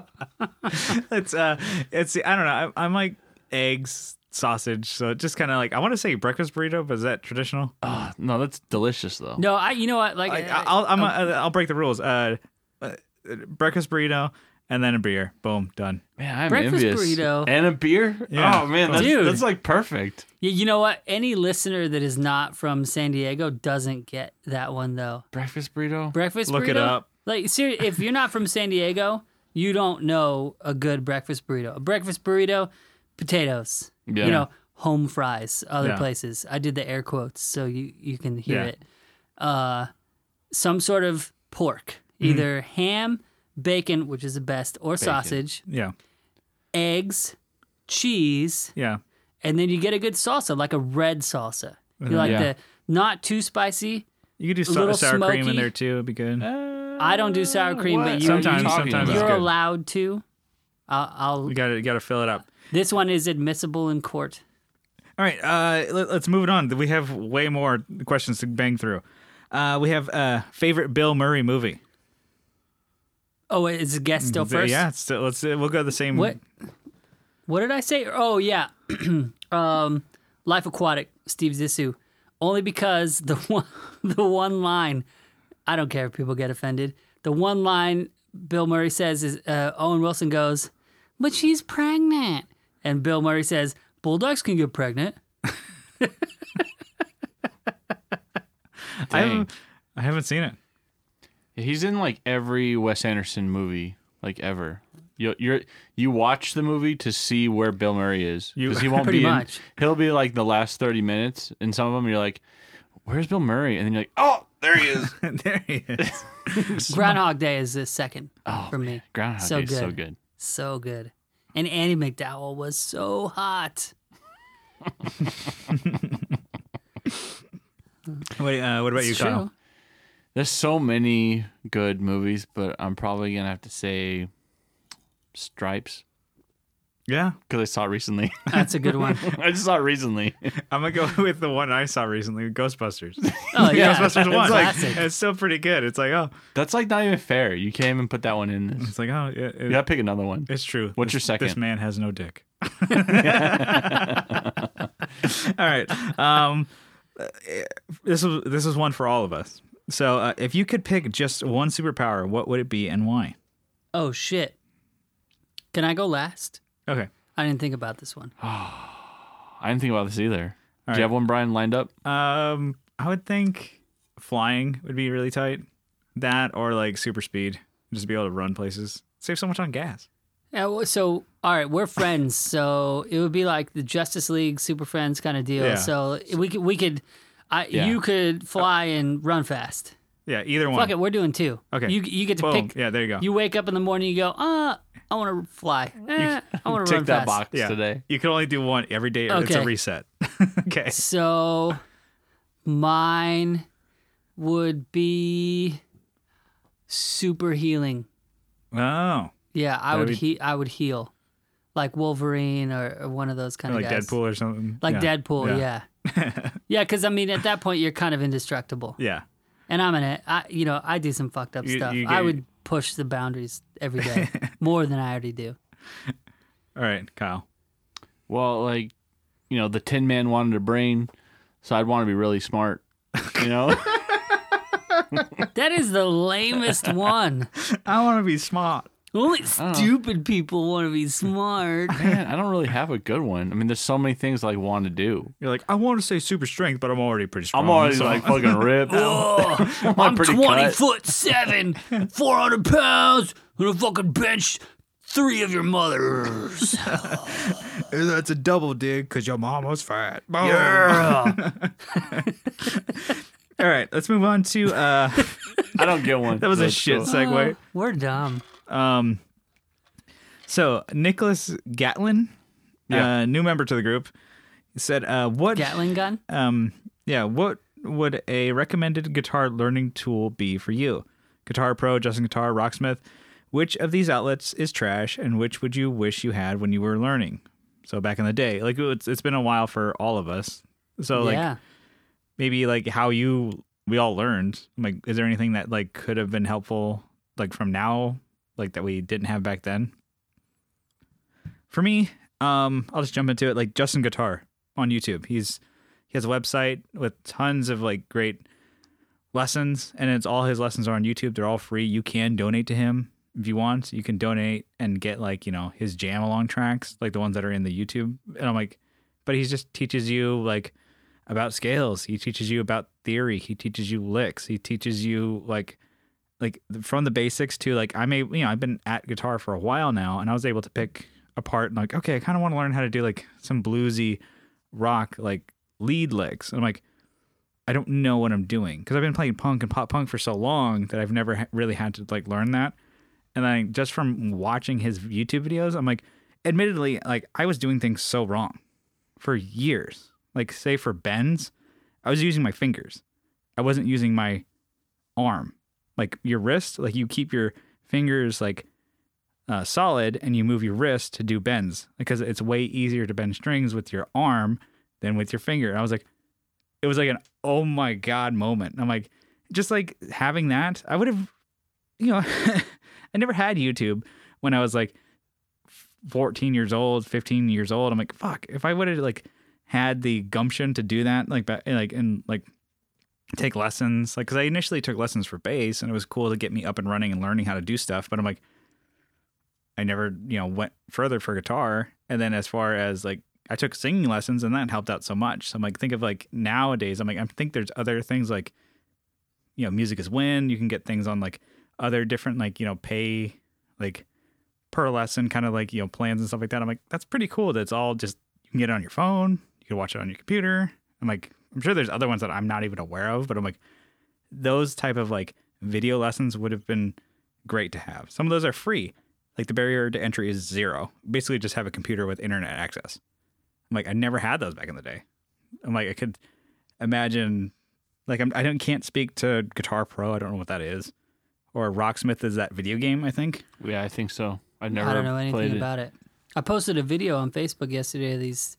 [SPEAKER 1] it's uh, it's I don't know. I, I'm like eggs, sausage, so just kind of like I want to say breakfast burrito, but is that traditional?
[SPEAKER 2] ah, no, that's delicious though.
[SPEAKER 3] No, I. You know what? Like,
[SPEAKER 1] Like
[SPEAKER 3] I-
[SPEAKER 1] I- I'll I'm a, I'll break the rules. Uh, uh, breakfast burrito and then a beer. Boom, done.
[SPEAKER 2] Man, I'm
[SPEAKER 3] Breakfast
[SPEAKER 2] envious.
[SPEAKER 3] burrito.
[SPEAKER 2] and a beer.
[SPEAKER 1] Yeah.
[SPEAKER 2] Oh man, that's,
[SPEAKER 3] Dude.
[SPEAKER 2] that's like perfect.
[SPEAKER 3] you you know what? Any listener that is not from San Diego doesn't get that one though.
[SPEAKER 2] Breakfast burrito.
[SPEAKER 3] breakfast
[SPEAKER 1] Look
[SPEAKER 3] burrito?
[SPEAKER 1] it up.
[SPEAKER 3] Like seriously, if you're not from San Diego, you don't know a good breakfast burrito. A breakfast burrito, potatoes.
[SPEAKER 2] Yeah.
[SPEAKER 3] You know, home fries, other
[SPEAKER 1] Yeah.
[SPEAKER 3] places. I did the air quotes so you you can hear
[SPEAKER 1] Yeah.
[SPEAKER 3] it. Uh some sort of pork,
[SPEAKER 1] Mm-hmm.
[SPEAKER 3] either ham, bacon, which is the best, or sausage,
[SPEAKER 1] Yeah,
[SPEAKER 3] eggs, cheese,
[SPEAKER 1] Yeah.
[SPEAKER 3] and then you get a good salsa, like a red salsa. You like
[SPEAKER 2] Yeah.
[SPEAKER 3] the not too spicy.
[SPEAKER 1] You could do sa-
[SPEAKER 3] little
[SPEAKER 1] sour cream in
[SPEAKER 3] smoky.
[SPEAKER 1] there too. It'd be good.
[SPEAKER 3] I don't do sour cream, but you,
[SPEAKER 1] Sometimes-
[SPEAKER 3] you,
[SPEAKER 1] sometimes
[SPEAKER 3] you're
[SPEAKER 1] it's good.
[SPEAKER 3] allowed to. I'll, I'll
[SPEAKER 1] We got to got to fill it up.
[SPEAKER 3] This one is admissible in court.
[SPEAKER 1] All right, uh, let, us move it on. We have way more questions to bang through. Uh, we have uh, favorite Bill Murray movie.
[SPEAKER 3] Oh, wait, is the guest still first?
[SPEAKER 1] Yeah, so let's uh, we'll go the same.
[SPEAKER 3] What? What did I say? Oh yeah, <clears throat> um, Life Aquatic, Steve Zissou. Only because the <laughs> one, the one line, I don't care if people get offended. The one line Bill Murray says is uh, Owen Wilson goes, "But she's pregnant," and Bill Murray says, "Bulldogs can get pregnant."
[SPEAKER 1] I haven't, I haven't seen it. <laughs>
[SPEAKER 2] He's in like every Wes Anderson movie, like ever. You you're, you watch the movie to see where Bill Murray is
[SPEAKER 1] You- <laughs>
[SPEAKER 2] because he won't
[SPEAKER 3] Pretty
[SPEAKER 2] be. in-
[SPEAKER 3] much.
[SPEAKER 2] he'll be like the last thirty minutes, and some of them you're like, "Where's Bill Murray?" And then you're like, "Oh, there he
[SPEAKER 3] <laughs>
[SPEAKER 2] is."
[SPEAKER 1] there he is.
[SPEAKER 3] Groundhog Day is the second for me.
[SPEAKER 2] Oh, Groundhog
[SPEAKER 3] So
[SPEAKER 2] Day is so
[SPEAKER 3] good.
[SPEAKER 2] good.
[SPEAKER 3] So good. And Annie McDowell was so hot.
[SPEAKER 1] Wait, uh, what about you,
[SPEAKER 3] It's
[SPEAKER 1] Kyle?
[SPEAKER 3] true.
[SPEAKER 2] There's so many good movies, but I'm probably gonna have to say Stripes
[SPEAKER 1] Yeah,
[SPEAKER 2] because I saw it recently.
[SPEAKER 3] <laughs>
[SPEAKER 2] <laughs>
[SPEAKER 3] That's a
[SPEAKER 1] <laughs>
[SPEAKER 3] good one.
[SPEAKER 2] I just saw it recently. <laughs>
[SPEAKER 1] I'm gonna go <laughs> with the one I saw recently,
[SPEAKER 3] <laughs>
[SPEAKER 1] Ghostbusters. <laughs>
[SPEAKER 3] Oh yeah,
[SPEAKER 1] Ghostbusters one.
[SPEAKER 3] classic.
[SPEAKER 1] it's still pretty good. It's like oh,
[SPEAKER 2] That's like not even fair. You can't even put that one in this.
[SPEAKER 1] it's like oh, it, it-
[SPEAKER 2] You gotta pick another one.
[SPEAKER 1] it's true.
[SPEAKER 2] What's
[SPEAKER 1] This-
[SPEAKER 2] your
[SPEAKER 1] This
[SPEAKER 2] second?
[SPEAKER 1] man has no
[SPEAKER 2] <laughs>
[SPEAKER 1] dick. <laughs> All right. Um, this was this is one for all of us. So, uh, if you could pick just one superpower, what would it be and why?
[SPEAKER 3] Oh shit. Can I go last?
[SPEAKER 1] Okay.
[SPEAKER 3] I didn't think about this one.
[SPEAKER 1] <gasps>
[SPEAKER 2] I didn't think about this either. Do
[SPEAKER 1] right.
[SPEAKER 2] you have one, Brian, lined up?
[SPEAKER 1] Um, I would think flying would be really tight. That or like super speed, just be able to run places. Save so much on gas.
[SPEAKER 3] Yeah, well, so all right, we're friends, so it would be like the Justice League Super Friends kind of deal.
[SPEAKER 1] Yeah.
[SPEAKER 3] So we could we could I
[SPEAKER 2] Yeah.
[SPEAKER 3] you could fly and run fast.
[SPEAKER 1] Yeah, either one.
[SPEAKER 3] Fuck it, we're doing two.
[SPEAKER 1] Okay.
[SPEAKER 3] You you get to
[SPEAKER 1] Boom.
[SPEAKER 3] pick
[SPEAKER 1] Yeah, there you go.
[SPEAKER 3] you wake up in the morning you go, "Uh, I want to fly. Eh,
[SPEAKER 1] <laughs>
[SPEAKER 3] I want to
[SPEAKER 2] Tick
[SPEAKER 3] run
[SPEAKER 2] that
[SPEAKER 3] fast."
[SPEAKER 2] box
[SPEAKER 1] yeah.
[SPEAKER 2] today.
[SPEAKER 1] You can only do one every day. Or It's a
[SPEAKER 3] Okay.
[SPEAKER 1] reset. <laughs> okay.
[SPEAKER 3] So mine would be super healing.
[SPEAKER 1] Oh,
[SPEAKER 3] Yeah, I would
[SPEAKER 1] be-
[SPEAKER 3] he- I would heal. Like Wolverine or, or one of those kind
[SPEAKER 1] like
[SPEAKER 3] of guys.
[SPEAKER 1] Deadpool or something.
[SPEAKER 3] Like
[SPEAKER 1] Yeah.
[SPEAKER 3] Deadpool, yeah.
[SPEAKER 1] <laughs>
[SPEAKER 3] Yeah, because I mean at that point you're kind of indestructible.
[SPEAKER 1] Yeah.
[SPEAKER 3] And I'm an I you know, I do some fucked up
[SPEAKER 1] You-
[SPEAKER 3] stuff.
[SPEAKER 1] you
[SPEAKER 3] I
[SPEAKER 1] get-
[SPEAKER 3] would push the boundaries every
[SPEAKER 1] <laughs>
[SPEAKER 3] day. more than I already do.
[SPEAKER 1] All right, Kyle. <laughs>
[SPEAKER 2] Well, like, you know, the Tin Man wanted a brain, so I'd want to be really smart. You know?
[SPEAKER 3] That is
[SPEAKER 1] <laughs>
[SPEAKER 3] the lamest one.
[SPEAKER 1] I want to be smart.
[SPEAKER 3] Only stupid people want to be
[SPEAKER 1] <laughs>
[SPEAKER 3] smart.
[SPEAKER 2] <laughs> Man, I don't really have a good one. I mean, there's so many things I want to do.
[SPEAKER 1] You're like, I want to say super strength, but I'm already pretty strong. so-
[SPEAKER 2] <laughs> fucking ripped. <laughs>
[SPEAKER 3] Oh, I'm,
[SPEAKER 2] pretty
[SPEAKER 3] 20
[SPEAKER 2] cut. <laughs>
[SPEAKER 3] foot seven, 400 pounds, and a fucking bench three of
[SPEAKER 2] <laughs>
[SPEAKER 3] your mothers.
[SPEAKER 1] that's a double dig because your mom was fat. Boom.
[SPEAKER 3] Girl.
[SPEAKER 1] All right, let's move on to. uh <laughs>
[SPEAKER 2] I don't get one.
[SPEAKER 1] That was a
[SPEAKER 2] Let's
[SPEAKER 1] shit
[SPEAKER 2] go.
[SPEAKER 1] segue.
[SPEAKER 3] <laughs> We're dumb.
[SPEAKER 1] Um, so Nicholas Gatlin, uh,
[SPEAKER 2] Yeah.
[SPEAKER 1] new member to the group, said, uh, "What?
[SPEAKER 3] Gatling gun?
[SPEAKER 1] Um, yeah, what would a recommended guitar learning tool be for you? Guitar Pro, Justin Guitar, Rocksmith. Which of these outlets is trash, and which would you wish you had when you were learning? So back in the day, like it's, it's been a while for all of us. So like
[SPEAKER 3] yeah.
[SPEAKER 1] maybe like how you we all learned. Like, is there anything that like could have been helpful like from now, like that we didn't have back then? For me, um, I'll just jump into it. Like Justin Guitar on YouTube. He's he has a website with tons of like great lessons, and it's all his lessons are on YouTube. They're all free. You can donate to him if you want. You can donate and get like you know his jam along tracks, like the ones that are in the YouTube. And I'm like, but he just teaches you like about scales. He teaches you about theory. He teaches you licks. He teaches you like like from the basics to like I may you know I've been at guitar for a while now, and I was able to pick apart and like okay, I kind of want to learn how to do like some bluesy rock like lead licks. And I'm like, I don't know what I'm doing because I've been playing punk and pop punk for so long that I've never ha- really had to like learn that. And then just from watching his YouTube videos, I'm like, admittedly, like I was doing things so wrong for years. Like say for bends, I was using my fingers. I wasn't using my arm. Like your wrist, like you keep your fingers like uh, solid and you move your wrist to do bends because it's way easier to bend strings with your arm than with your finger. And I was like, it was like an oh my god moment. And I'm like, just like having that, I would have, you know, <laughs> I never had YouTube when I was like 14 years old, 15 years old. I'm like, fuck, if I would have like had the gumption to do that, like, ba- like, and like take lessons, like, cause I initially took lessons for bass and it was cool to get me up and running and learning how to do stuff. But I'm like, I never, you know, went further for guitar. And then as far as like, I took singing lessons and that helped out so much. So I'm like, think of like nowadays, I'm like, I think there's other things like, you know, music is win. You can get things on like other different, like, you know, pay, like, per lesson kind of like you know plans and stuff like that i'm like that's pretty cool that's all just you can get it on your phone you can watch it on your computer i'm like i'm sure there's other ones that i'm not even aware of but i'm like those type of like video lessons would have been great to have some of those are free like the barrier to entry is zero basically just have a computer with internet access i'm like i never had those back in the day i'm like i could imagine like I'm, i don't can't speak to guitar pro i don't know what that is or rocksmith is that video game i think
[SPEAKER 2] Yeah, I think so. I've never
[SPEAKER 3] I don't know
[SPEAKER 2] played
[SPEAKER 3] anything
[SPEAKER 2] it.
[SPEAKER 3] about it. I posted a video on Facebook yesterday of these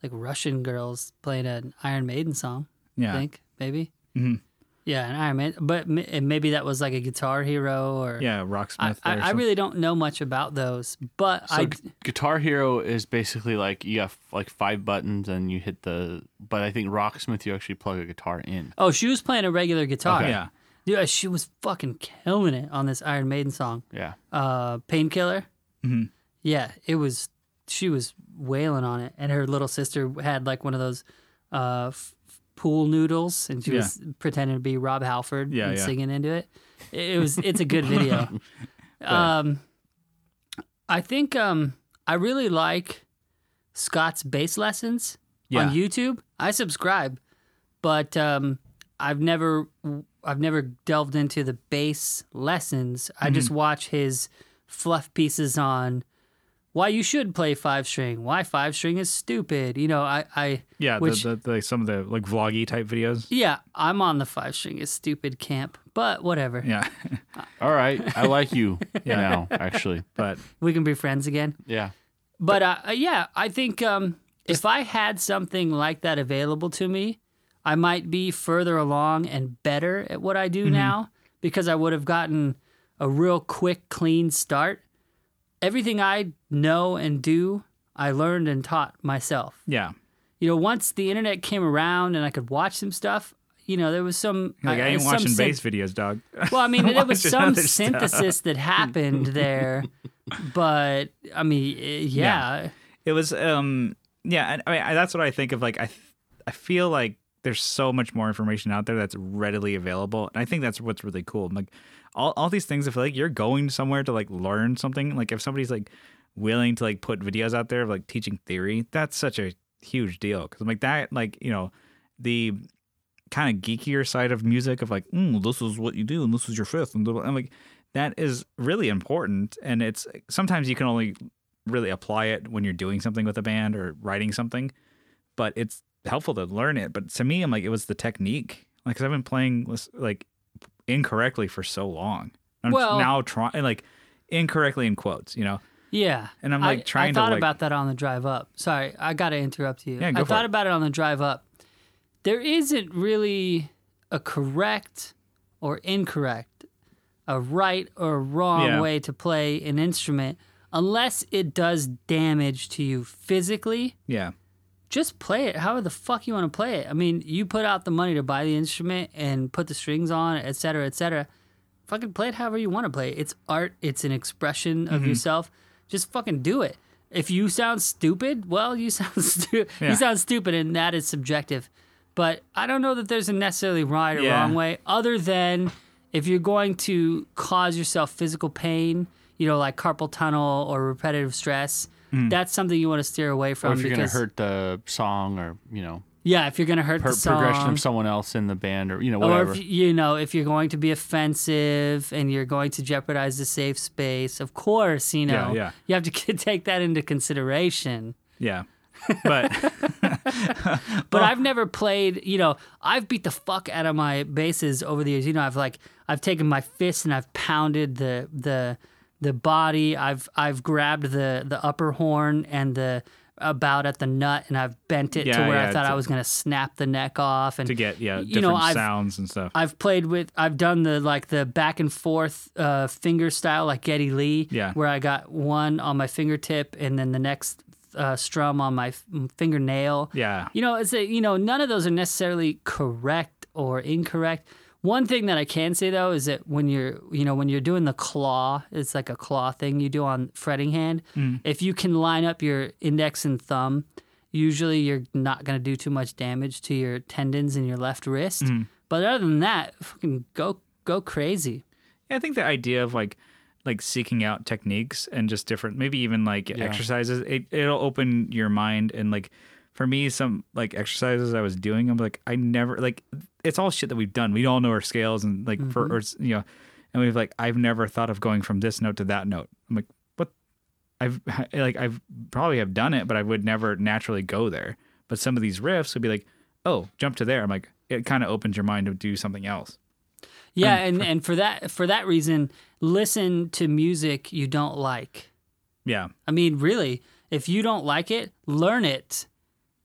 [SPEAKER 3] like Russian girls playing an Iron Maiden song.
[SPEAKER 1] yeah
[SPEAKER 3] I think maybe.
[SPEAKER 2] Mm-hmm.
[SPEAKER 1] Mhm.
[SPEAKER 3] Yeah, an Iron Maiden, but m- and maybe that was like a Guitar Hero or
[SPEAKER 1] Yeah, Rocksmith.
[SPEAKER 3] I, I,
[SPEAKER 1] or
[SPEAKER 3] I
[SPEAKER 1] some-
[SPEAKER 3] really don't know much about those, but
[SPEAKER 2] So
[SPEAKER 3] I
[SPEAKER 2] Gu- Guitar Hero is basically like you have like five buttons and you hit the. But I think Rocksmith you actually plug a guitar in.
[SPEAKER 3] oh she was playing a regular guitar.
[SPEAKER 2] Okay.
[SPEAKER 1] yeah,
[SPEAKER 3] Dude, uh, she was fucking killing it on this Iron Maiden song,
[SPEAKER 2] Yeah,
[SPEAKER 3] uh, Painkiller. Mm-hmm. Yeah, it was. She was wailing on it, and her little sister had like one of those uh, f- pool noodles, and she
[SPEAKER 1] Yeah.
[SPEAKER 3] was pretending to be Rob Halford
[SPEAKER 1] Yeah,
[SPEAKER 3] and
[SPEAKER 1] yeah.
[SPEAKER 3] singing into it. It it was. It's a
[SPEAKER 1] <laughs>
[SPEAKER 3] good video. um, I think um, I really like Scott's bass lessons
[SPEAKER 1] Yeah.
[SPEAKER 3] on YouTube. I subscribe, but um, I've never I've never delved into the bass lessons. I
[SPEAKER 1] Mm-hmm.
[SPEAKER 3] just watch his fluff pieces on why you should play five string, why five string is stupid. You know, I I
[SPEAKER 1] yeah.
[SPEAKER 3] which
[SPEAKER 1] the, the, the, some of the like vloggy type videos.
[SPEAKER 3] yeah, I'm on the five string is stupid camp, but whatever.
[SPEAKER 1] Yeah, <laughs>
[SPEAKER 2] all right. I like you now. Actually,
[SPEAKER 1] but
[SPEAKER 3] We can be friends again.
[SPEAKER 2] yeah.
[SPEAKER 3] But uh, yeah, I think um, if I had something like that available to me, I might be further along and better at what I do
[SPEAKER 1] Mm-hmm.
[SPEAKER 3] now because I would have gotten a real quick, clean start. Everything I know and do, I learned and taught myself.
[SPEAKER 1] yeah,
[SPEAKER 3] You know, once the internet came around and I could watch some stuff, you know, there was some
[SPEAKER 1] like I,
[SPEAKER 3] I-
[SPEAKER 1] ain't
[SPEAKER 3] some
[SPEAKER 1] watching
[SPEAKER 3] syn-
[SPEAKER 1] bass videos, dog. <laughs>
[SPEAKER 3] well, I mean, there was
[SPEAKER 1] Watching
[SPEAKER 3] some
[SPEAKER 1] other stuff.
[SPEAKER 3] synthesis that
[SPEAKER 1] <laughs>
[SPEAKER 3] happened there, but I mean, eh, yeah.
[SPEAKER 1] it was, um, yeah. and- I mean, I, that's what I think of. Like, I, th- I feel like there's so much more information out there that's readily available, and I think that's what's really cool. like, all all these things. I feel like you're going somewhere to like learn something. Like, if somebody's like willing to like put videos out there of like teaching theory, that's such a huge deal. Because I'm like that, like you know, the kind of geekier side of music of like, mm, this is what you do and this is your fifth. And blah, blah. I'm like, that is really important. And it's sometimes you can only really apply it when you're doing something with a band or writing something, but it's helpful to learn it. But to me, I'm like, it was the technique. Like, i I've been playing this, like incorrectly for so long. I'm
[SPEAKER 3] Well-
[SPEAKER 1] now trying, like, incorrectly in quotes, you know?
[SPEAKER 3] Yeah.
[SPEAKER 1] And I'm, like,
[SPEAKER 3] I,
[SPEAKER 1] trying
[SPEAKER 3] I
[SPEAKER 1] to,
[SPEAKER 3] thought
[SPEAKER 1] like-
[SPEAKER 3] about that on the drive up. Sorry, I got to interrupt you.
[SPEAKER 1] Yeah, go
[SPEAKER 3] I
[SPEAKER 1] for
[SPEAKER 3] thought
[SPEAKER 1] it.
[SPEAKER 3] about it on the drive up. There isn't really a correct or incorrect, a right or wrong
[SPEAKER 1] Yeah.
[SPEAKER 3] way to play an instrument unless it does damage to you physically.
[SPEAKER 1] Yeah.
[SPEAKER 3] Just play it however the fuck you want to play it. I mean, you put out the money to buy the instrument and put the strings on, et cetera, et cetera fucking play it however you want to play. it. It's art. It's an expression of yourself. Just fucking do it. If you sound stupid, well, you <laughs> sound stu-
[SPEAKER 1] Yeah.
[SPEAKER 3] you sound stupid, and that is subjective. But I don't know that there's a necessarily right or
[SPEAKER 1] Yeah.
[SPEAKER 3] wrong way, other than if you're going to cause yourself physical pain, you know, like carpal tunnel or repetitive stress. That's something you want to steer away from
[SPEAKER 2] Or if you're gonna
[SPEAKER 3] because
[SPEAKER 2] hurt the song or you know
[SPEAKER 3] Yeah, if you're gonna hurt
[SPEAKER 2] per-
[SPEAKER 3] the song,
[SPEAKER 2] progression of someone else in the band or you know
[SPEAKER 3] Or
[SPEAKER 1] Oh,
[SPEAKER 2] whatever.
[SPEAKER 3] if, you know, if you're going to be offensive and you're going to jeopardize the safe space, of course, you know,
[SPEAKER 1] yeah.
[SPEAKER 3] you have to <laughs> take that into consideration.
[SPEAKER 1] Yeah. But
[SPEAKER 3] But I've never played, you know, I've beat the fuck out of my basses over the years. You know, I've like I've taken my fist and I've pounded the the the body. I've I've grabbed the the upper horn and the about at the nut and I've bent it to
[SPEAKER 1] Yeah,
[SPEAKER 3] where I
[SPEAKER 1] yeah,
[SPEAKER 3] thought
[SPEAKER 1] to-
[SPEAKER 3] I was gonna snap the neck off and
[SPEAKER 1] to get yeah, different
[SPEAKER 3] <laughs> you know, I've-
[SPEAKER 1] sounds and stuff.
[SPEAKER 3] I've played with I've done the like the back and forth uh, finger style like Getty Lee,
[SPEAKER 1] Yeah.
[SPEAKER 3] where I got one on my fingertip and then the next uh, strum on my f- fingernail.
[SPEAKER 1] yeah.
[SPEAKER 3] You know, it's a, you know none of those are necessarily correct or incorrect. One thing that I can say though is that when you're you know when you're doing the claw, it's like a claw thing you do on fretting hand. If you can line up your index and thumb, usually you're not going to do too much damage to your tendons in your left wrist. But other than that, fucking go go crazy.
[SPEAKER 1] Yeah, I think the idea of like like seeking out techniques and just different maybe even like exercises it, it'll open your mind and like for me some like exercises i was doing i'm like i never like it's all shit that we've done we all know our scales and like for or, you know and we've like i've never thought of going from this note to that note i'm like what i've <laughs> like i've probably have done it but i would never naturally go there but some of these riffs would be like oh jump to there i'm like it kind of opens your mind to do something else
[SPEAKER 3] Yeah, and and for that for that reason, listen to music you don't like.
[SPEAKER 1] yeah
[SPEAKER 3] I mean, really, if you don't like it, learn it.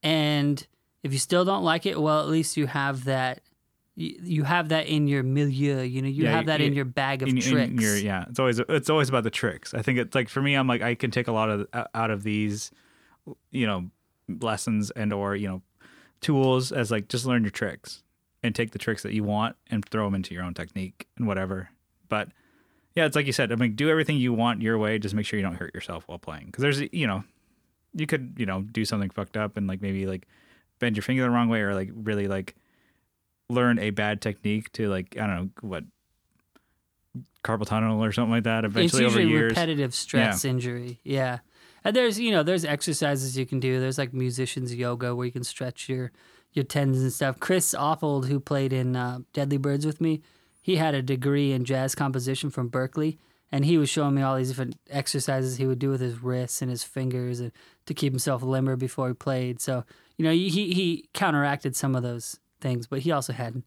[SPEAKER 3] And if you still don't like it, well, at least you have that you, you have that in your milieu, you know, you
[SPEAKER 1] Yeah,
[SPEAKER 3] have that in
[SPEAKER 1] you-
[SPEAKER 3] your bag of
[SPEAKER 1] in- in
[SPEAKER 3] tricks.
[SPEAKER 1] your- yeah, it's always it's always about the tricks. I think it's like for me, I'm like I can take a lot of out of these, you know, lessons and or you know, tools as like just learn your tricks and take the tricks that you want and throw them into your own technique and whatever. But yeah, it's like you said. I mean, do everything you want your way. Just make sure you don't hurt yourself while playing. Because there's you know, you could you know do something fucked up and like maybe like bend your finger the wrong way or like really like learn a bad technique to like I don't know what carpal tunnel or something like that
[SPEAKER 3] It's
[SPEAKER 1] eventually over
[SPEAKER 3] usually
[SPEAKER 1] years.
[SPEAKER 3] repetitive stress injury. Yeah. And there's, you know, there's exercises you can do. There's like musicians yoga where you can stretch your your tendons and stuff. Chris Oppold, who played in uh, Deadly Birds with me, he had a degree in jazz composition from Berkeley, and he was showing me all these different exercises he would do with his wrists and his fingers and to keep himself limber before he played. So, you know, he he counteracted some of those things, but he also had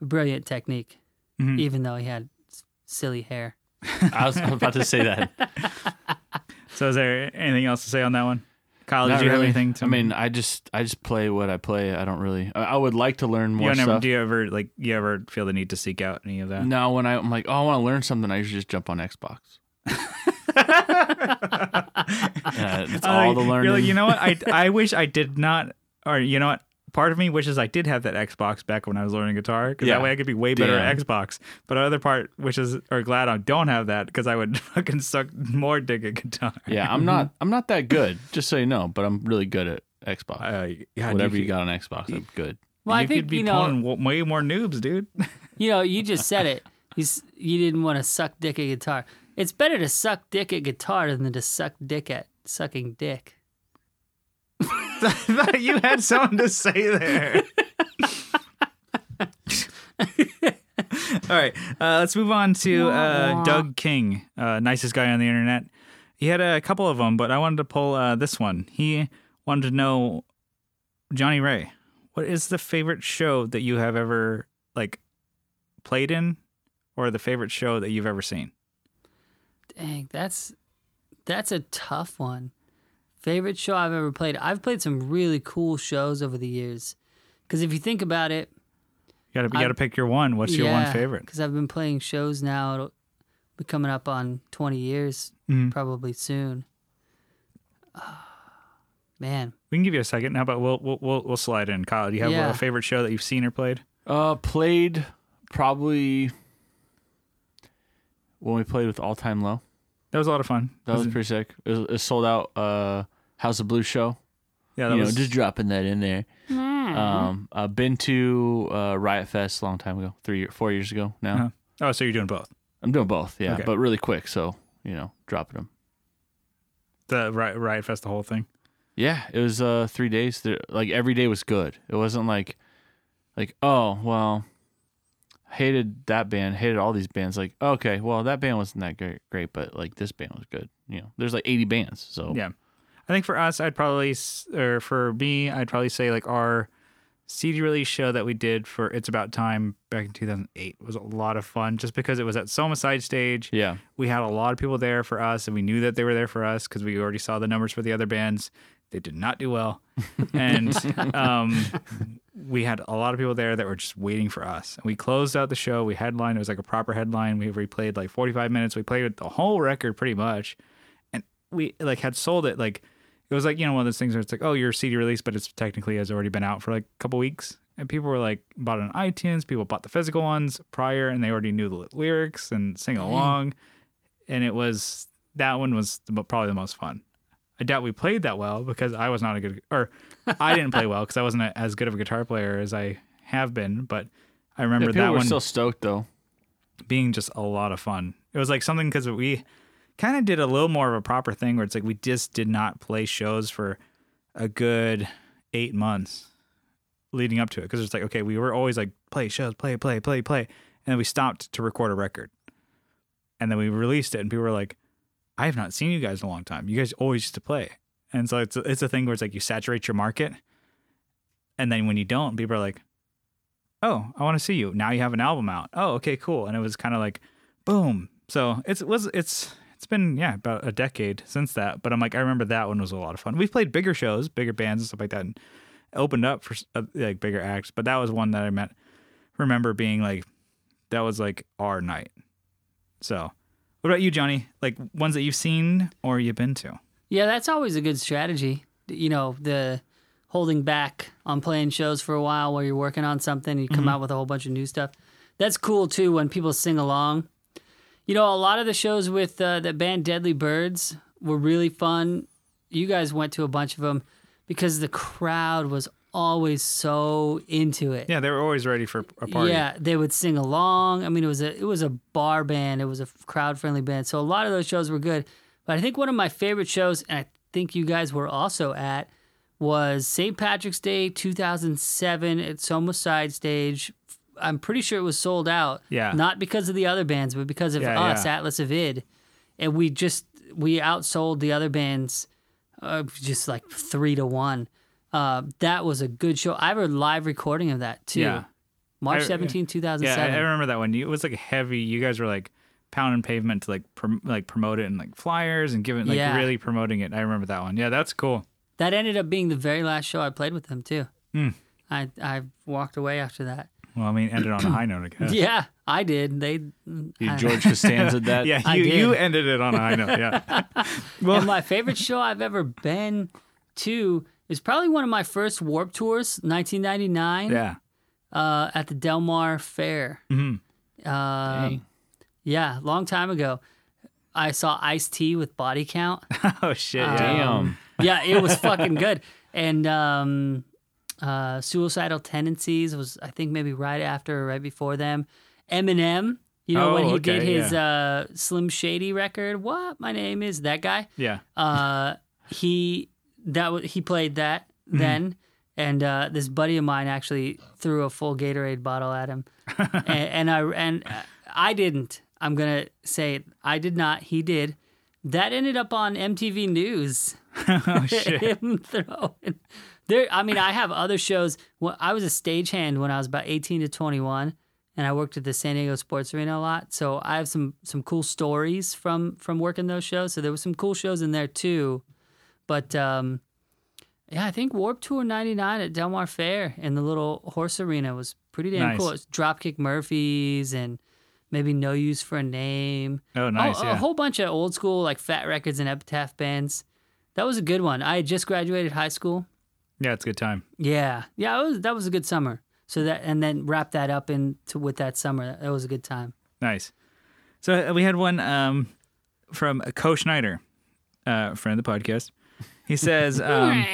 [SPEAKER 3] a brilliant technique,
[SPEAKER 1] Mm-hmm.
[SPEAKER 3] even though he had s- silly hair.
[SPEAKER 2] I was about to
[SPEAKER 1] <laughs>
[SPEAKER 2] say that.
[SPEAKER 1] So is there anything else to say on that one? Kyle,
[SPEAKER 2] Not
[SPEAKER 1] Oh, did you have
[SPEAKER 2] really.
[SPEAKER 1] anything to
[SPEAKER 2] I mean, I just I just play what I play. I don't really. I, I would like to learn
[SPEAKER 1] you
[SPEAKER 2] more
[SPEAKER 1] don't ever,
[SPEAKER 2] stuff.
[SPEAKER 1] do you ever like you ever feel the need to seek out any of that?
[SPEAKER 2] No, when I, I'm like, oh, I want to learn something, I usually just jump on Xbox.
[SPEAKER 3] <laughs>
[SPEAKER 1] <laughs>
[SPEAKER 2] yeah, it's all
[SPEAKER 1] Like,
[SPEAKER 2] the learning.
[SPEAKER 1] You're like, you know what?
[SPEAKER 2] <laughs>
[SPEAKER 1] I I wish I did not or you know what? Part of me wishes I did have that Xbox back when I was learning guitar because
[SPEAKER 2] Yeah.
[SPEAKER 1] that way I could be way better at
[SPEAKER 2] Yeah.
[SPEAKER 1] Xbox. But other part wishes or glad I don't have that because I would <laughs> fucking suck more dick at guitar.
[SPEAKER 2] yeah,
[SPEAKER 1] <laughs>
[SPEAKER 2] I'm <laughs> not. I'm not that good. Just so you know, but I'm really good at Xbox.
[SPEAKER 1] Uh, yeah,
[SPEAKER 2] Whatever you,
[SPEAKER 1] could-
[SPEAKER 2] got on Xbox, I'm good.
[SPEAKER 3] Well, I
[SPEAKER 1] you
[SPEAKER 3] think
[SPEAKER 1] could be
[SPEAKER 3] you know,
[SPEAKER 1] pulling w- way more noobs, dude.
[SPEAKER 3] you know, you just said it. <laughs> You s- you didn't want to suck dick at guitar. It's better to suck dick at guitar than to suck dick at sucking dick.
[SPEAKER 1] I <laughs> thought you had something to say there. All right, uh, let's move on to uh, Doug King, uh, nicest guy on the internet. He had a couple of them, but I wanted to pull uh, this one. He wanted to know Johnny Ray, what is the favorite show that you have ever like played in, or the favorite show that you've ever seen?
[SPEAKER 3] Dang, that's that's a tough one. Favorite show I've ever played. I've played some really cool shows over the years. Because if you think about it,
[SPEAKER 1] You gotta you gotta pick your one. What's your one favorite?
[SPEAKER 3] Because I've been playing shows now. It'll be coming up on 20 years
[SPEAKER 1] Mm-hmm.
[SPEAKER 3] probably soon. <sighs> man,
[SPEAKER 1] We can give you a second. How about we'll we'll we'll, we'll slide in, Kyle? Do you have
[SPEAKER 3] Yeah.
[SPEAKER 1] a favorite show that you've seen or played?
[SPEAKER 2] Uh, played probably when we played with All Time Low.
[SPEAKER 1] That was a lot of fun.
[SPEAKER 2] That was pretty sick. It was it sold out. Uh, House of Blue show.
[SPEAKER 1] yeah, that
[SPEAKER 2] You know,
[SPEAKER 1] was
[SPEAKER 2] just dropping that in there. Um, I've been to uh, Riot Fest a long time ago, three, four years ago now.
[SPEAKER 1] Uh-huh. Oh, so you're doing both.
[SPEAKER 2] I'm doing both, yeah,
[SPEAKER 1] Okay.
[SPEAKER 2] but really quick. So you know, dropping them.
[SPEAKER 1] The Riot, Riot Fest, the whole thing.
[SPEAKER 2] Yeah, it was uh three days. There, like every day was good. It wasn't like, like oh well, hated that band, hated all these bands. Like okay, well that band wasn't that great, great, but like this band was good. You know, there's like 80 bands, so
[SPEAKER 1] Yeah. I think for us, I'd probably, s- or for me, I'd probably say like our CD release show that we did for It's About Time back in 2008 was a lot of fun just because it was at Soma Side Stage.
[SPEAKER 2] yeah,
[SPEAKER 1] We had a lot of people there for us and we knew that they were there for us because we already saw the numbers for the other bands. They did not do well. And um, we had a lot of people there that were just waiting for us. And we closed out the show. We headlined. It was like a proper headline. We replayed like 45 minutes. We played the whole record pretty much we like had sold it like it was like you know one of those things where it's like oh your CD release but it's technically has already been out for like a couple weeks and people were like bought it on iTunes people bought the physical ones prior and they already knew the lyrics and singing along and it was that one was the, mo- probably the most fun I doubt we played that well because I was not a good or I didn't play well because I wasn't a, as good of a guitar player as I have been but I remember
[SPEAKER 2] yeah people
[SPEAKER 1] that
[SPEAKER 2] were
[SPEAKER 1] one
[SPEAKER 2] still stoked though.
[SPEAKER 1] being just a lot of fun. It was like something because we kind of did a little more of a proper thing where it's like we just did not play shows for a good eight months leading up to it because it's like okay we were always like play shows play play play play and then we stopped to record a record and then we released it and people were like I have not seen you guys in a long time you guys always used to play and so it's it's a thing where it's like you saturate your market and then when you don't people are like oh, I want to see you. Now you have an album out. Oh, okay, cool. And it was kind of like, boom. So it's it was it's it's been yeah about a decade since that. But I'm like I remember that one was a lot of fun. We've played bigger shows, bigger bands and stuff like that, and opened up for s- uh, like bigger acts. But that was one that I met. Remember being like, that was like our night. So, what about you, Johnny? Like ones that you've seen or you've been to?
[SPEAKER 3] Yeah, that's always a good strategy. You know, the holding back on playing shows for a while while you're working on something, you come out with a whole bunch of new stuff. That's cool too when people sing along. You know, a lot of the shows with uh, the band Deadly Birds were really fun. You guys went to a bunch of them because the crowd was always so into it.
[SPEAKER 1] Yeah, they were always ready for a party.
[SPEAKER 3] Yeah, they would sing along. I mean, it was a it was a bar band. It was a crowd friendly band. So a lot of those shows were good. But I think one of my favorite shows, and I think you guys were also at, was St. Patrick's Day 2007 at Soma Side Stage. I'm pretty sure it was sold out.
[SPEAKER 1] Yeah.
[SPEAKER 3] Not because of the other bands, but because of
[SPEAKER 1] Yeah,
[SPEAKER 3] us,
[SPEAKER 1] yeah.
[SPEAKER 3] Atlas of Id, and we just we outsold the other bands uh, just like three to one. Uh, that was a good show. I have a live recording of that too.
[SPEAKER 1] Yeah.
[SPEAKER 3] March
[SPEAKER 1] I-
[SPEAKER 3] 17, 2007.
[SPEAKER 1] Yeah, I, I remember that one. You- It was like heavy. You guys were like pounding pavement to like prom- like promote it and like flyers and giving like
[SPEAKER 3] Yeah.
[SPEAKER 1] really promoting it. I remember that one. Yeah, that's cool.
[SPEAKER 3] that ended up being the very last show I played with them too.
[SPEAKER 1] Hmm.
[SPEAKER 3] I I walked away after that.
[SPEAKER 1] Well, I mean, ended on a high note, I guess.
[SPEAKER 3] Yeah, I did. They
[SPEAKER 2] You George Costanza
[SPEAKER 1] <laughs>
[SPEAKER 2] that
[SPEAKER 1] Uh, Yeah,
[SPEAKER 3] I
[SPEAKER 1] you,
[SPEAKER 3] did.
[SPEAKER 1] you ended it on a high note.
[SPEAKER 3] <laughs>
[SPEAKER 1] Yeah.
[SPEAKER 3] and my favorite show I've ever been to is probably one of my first Warp tours, 1999,
[SPEAKER 1] yeah.
[SPEAKER 3] uh, at the Del Mar Fair.
[SPEAKER 1] Mm-hmm.
[SPEAKER 3] Uh,
[SPEAKER 2] Dang.
[SPEAKER 3] yeah, long time ago. I saw Ice T with Body Count.
[SPEAKER 1] Oh shit. Yeah.
[SPEAKER 2] damn.
[SPEAKER 3] yeah, it was fucking good. And um, uh, Suicidal Tendencies was, I think, maybe right after or right before them. Eminem, you know,
[SPEAKER 1] Oh,
[SPEAKER 3] when he
[SPEAKER 1] okay,
[SPEAKER 3] did his uh, Slim Shady record, what my name is that guy.
[SPEAKER 1] yeah. <laughs>
[SPEAKER 3] Uh, he that wa he played that
[SPEAKER 1] Mm-hmm.
[SPEAKER 3] then, and uh, this buddy of mine actually threw a full Gatorade bottle
[SPEAKER 1] <laughs>
[SPEAKER 3] at him, and, and I and uh, I didn't. I'm gonna say it. I did not. He did. That ended up on MTV News
[SPEAKER 1] Oh shit.
[SPEAKER 3] him <laughs> throwing. There, I mean, I have other shows. Well, I was a stagehand when I was about eighteen to twenty-one, and I worked at the San Diego Sports Arena a lot. So I have some some cool stories from from working those shows. So there was some cool shows in there too, but um, yeah, I think Warp Tour '99 at Del Mar Fair in the little horse arena was pretty damn
[SPEAKER 1] Nice.
[SPEAKER 3] cool. It's Dropkick Murphys and maybe No Use for a Name.
[SPEAKER 1] Oh nice.
[SPEAKER 3] A- a
[SPEAKER 1] yeah.
[SPEAKER 3] whole bunch of old school like Fat Records and Epitaph bands. That was a good one. I had just graduated high school.
[SPEAKER 1] yeah, it's a good time.
[SPEAKER 3] Yeah, yeah, it was, that was a good summer. So that and then wrap that up into with that summer. That, was a good time.
[SPEAKER 1] Nice. So uh, we had one um, from Co Schneider, uh, friend of the podcast. He
[SPEAKER 3] <laughs>
[SPEAKER 1] says, um,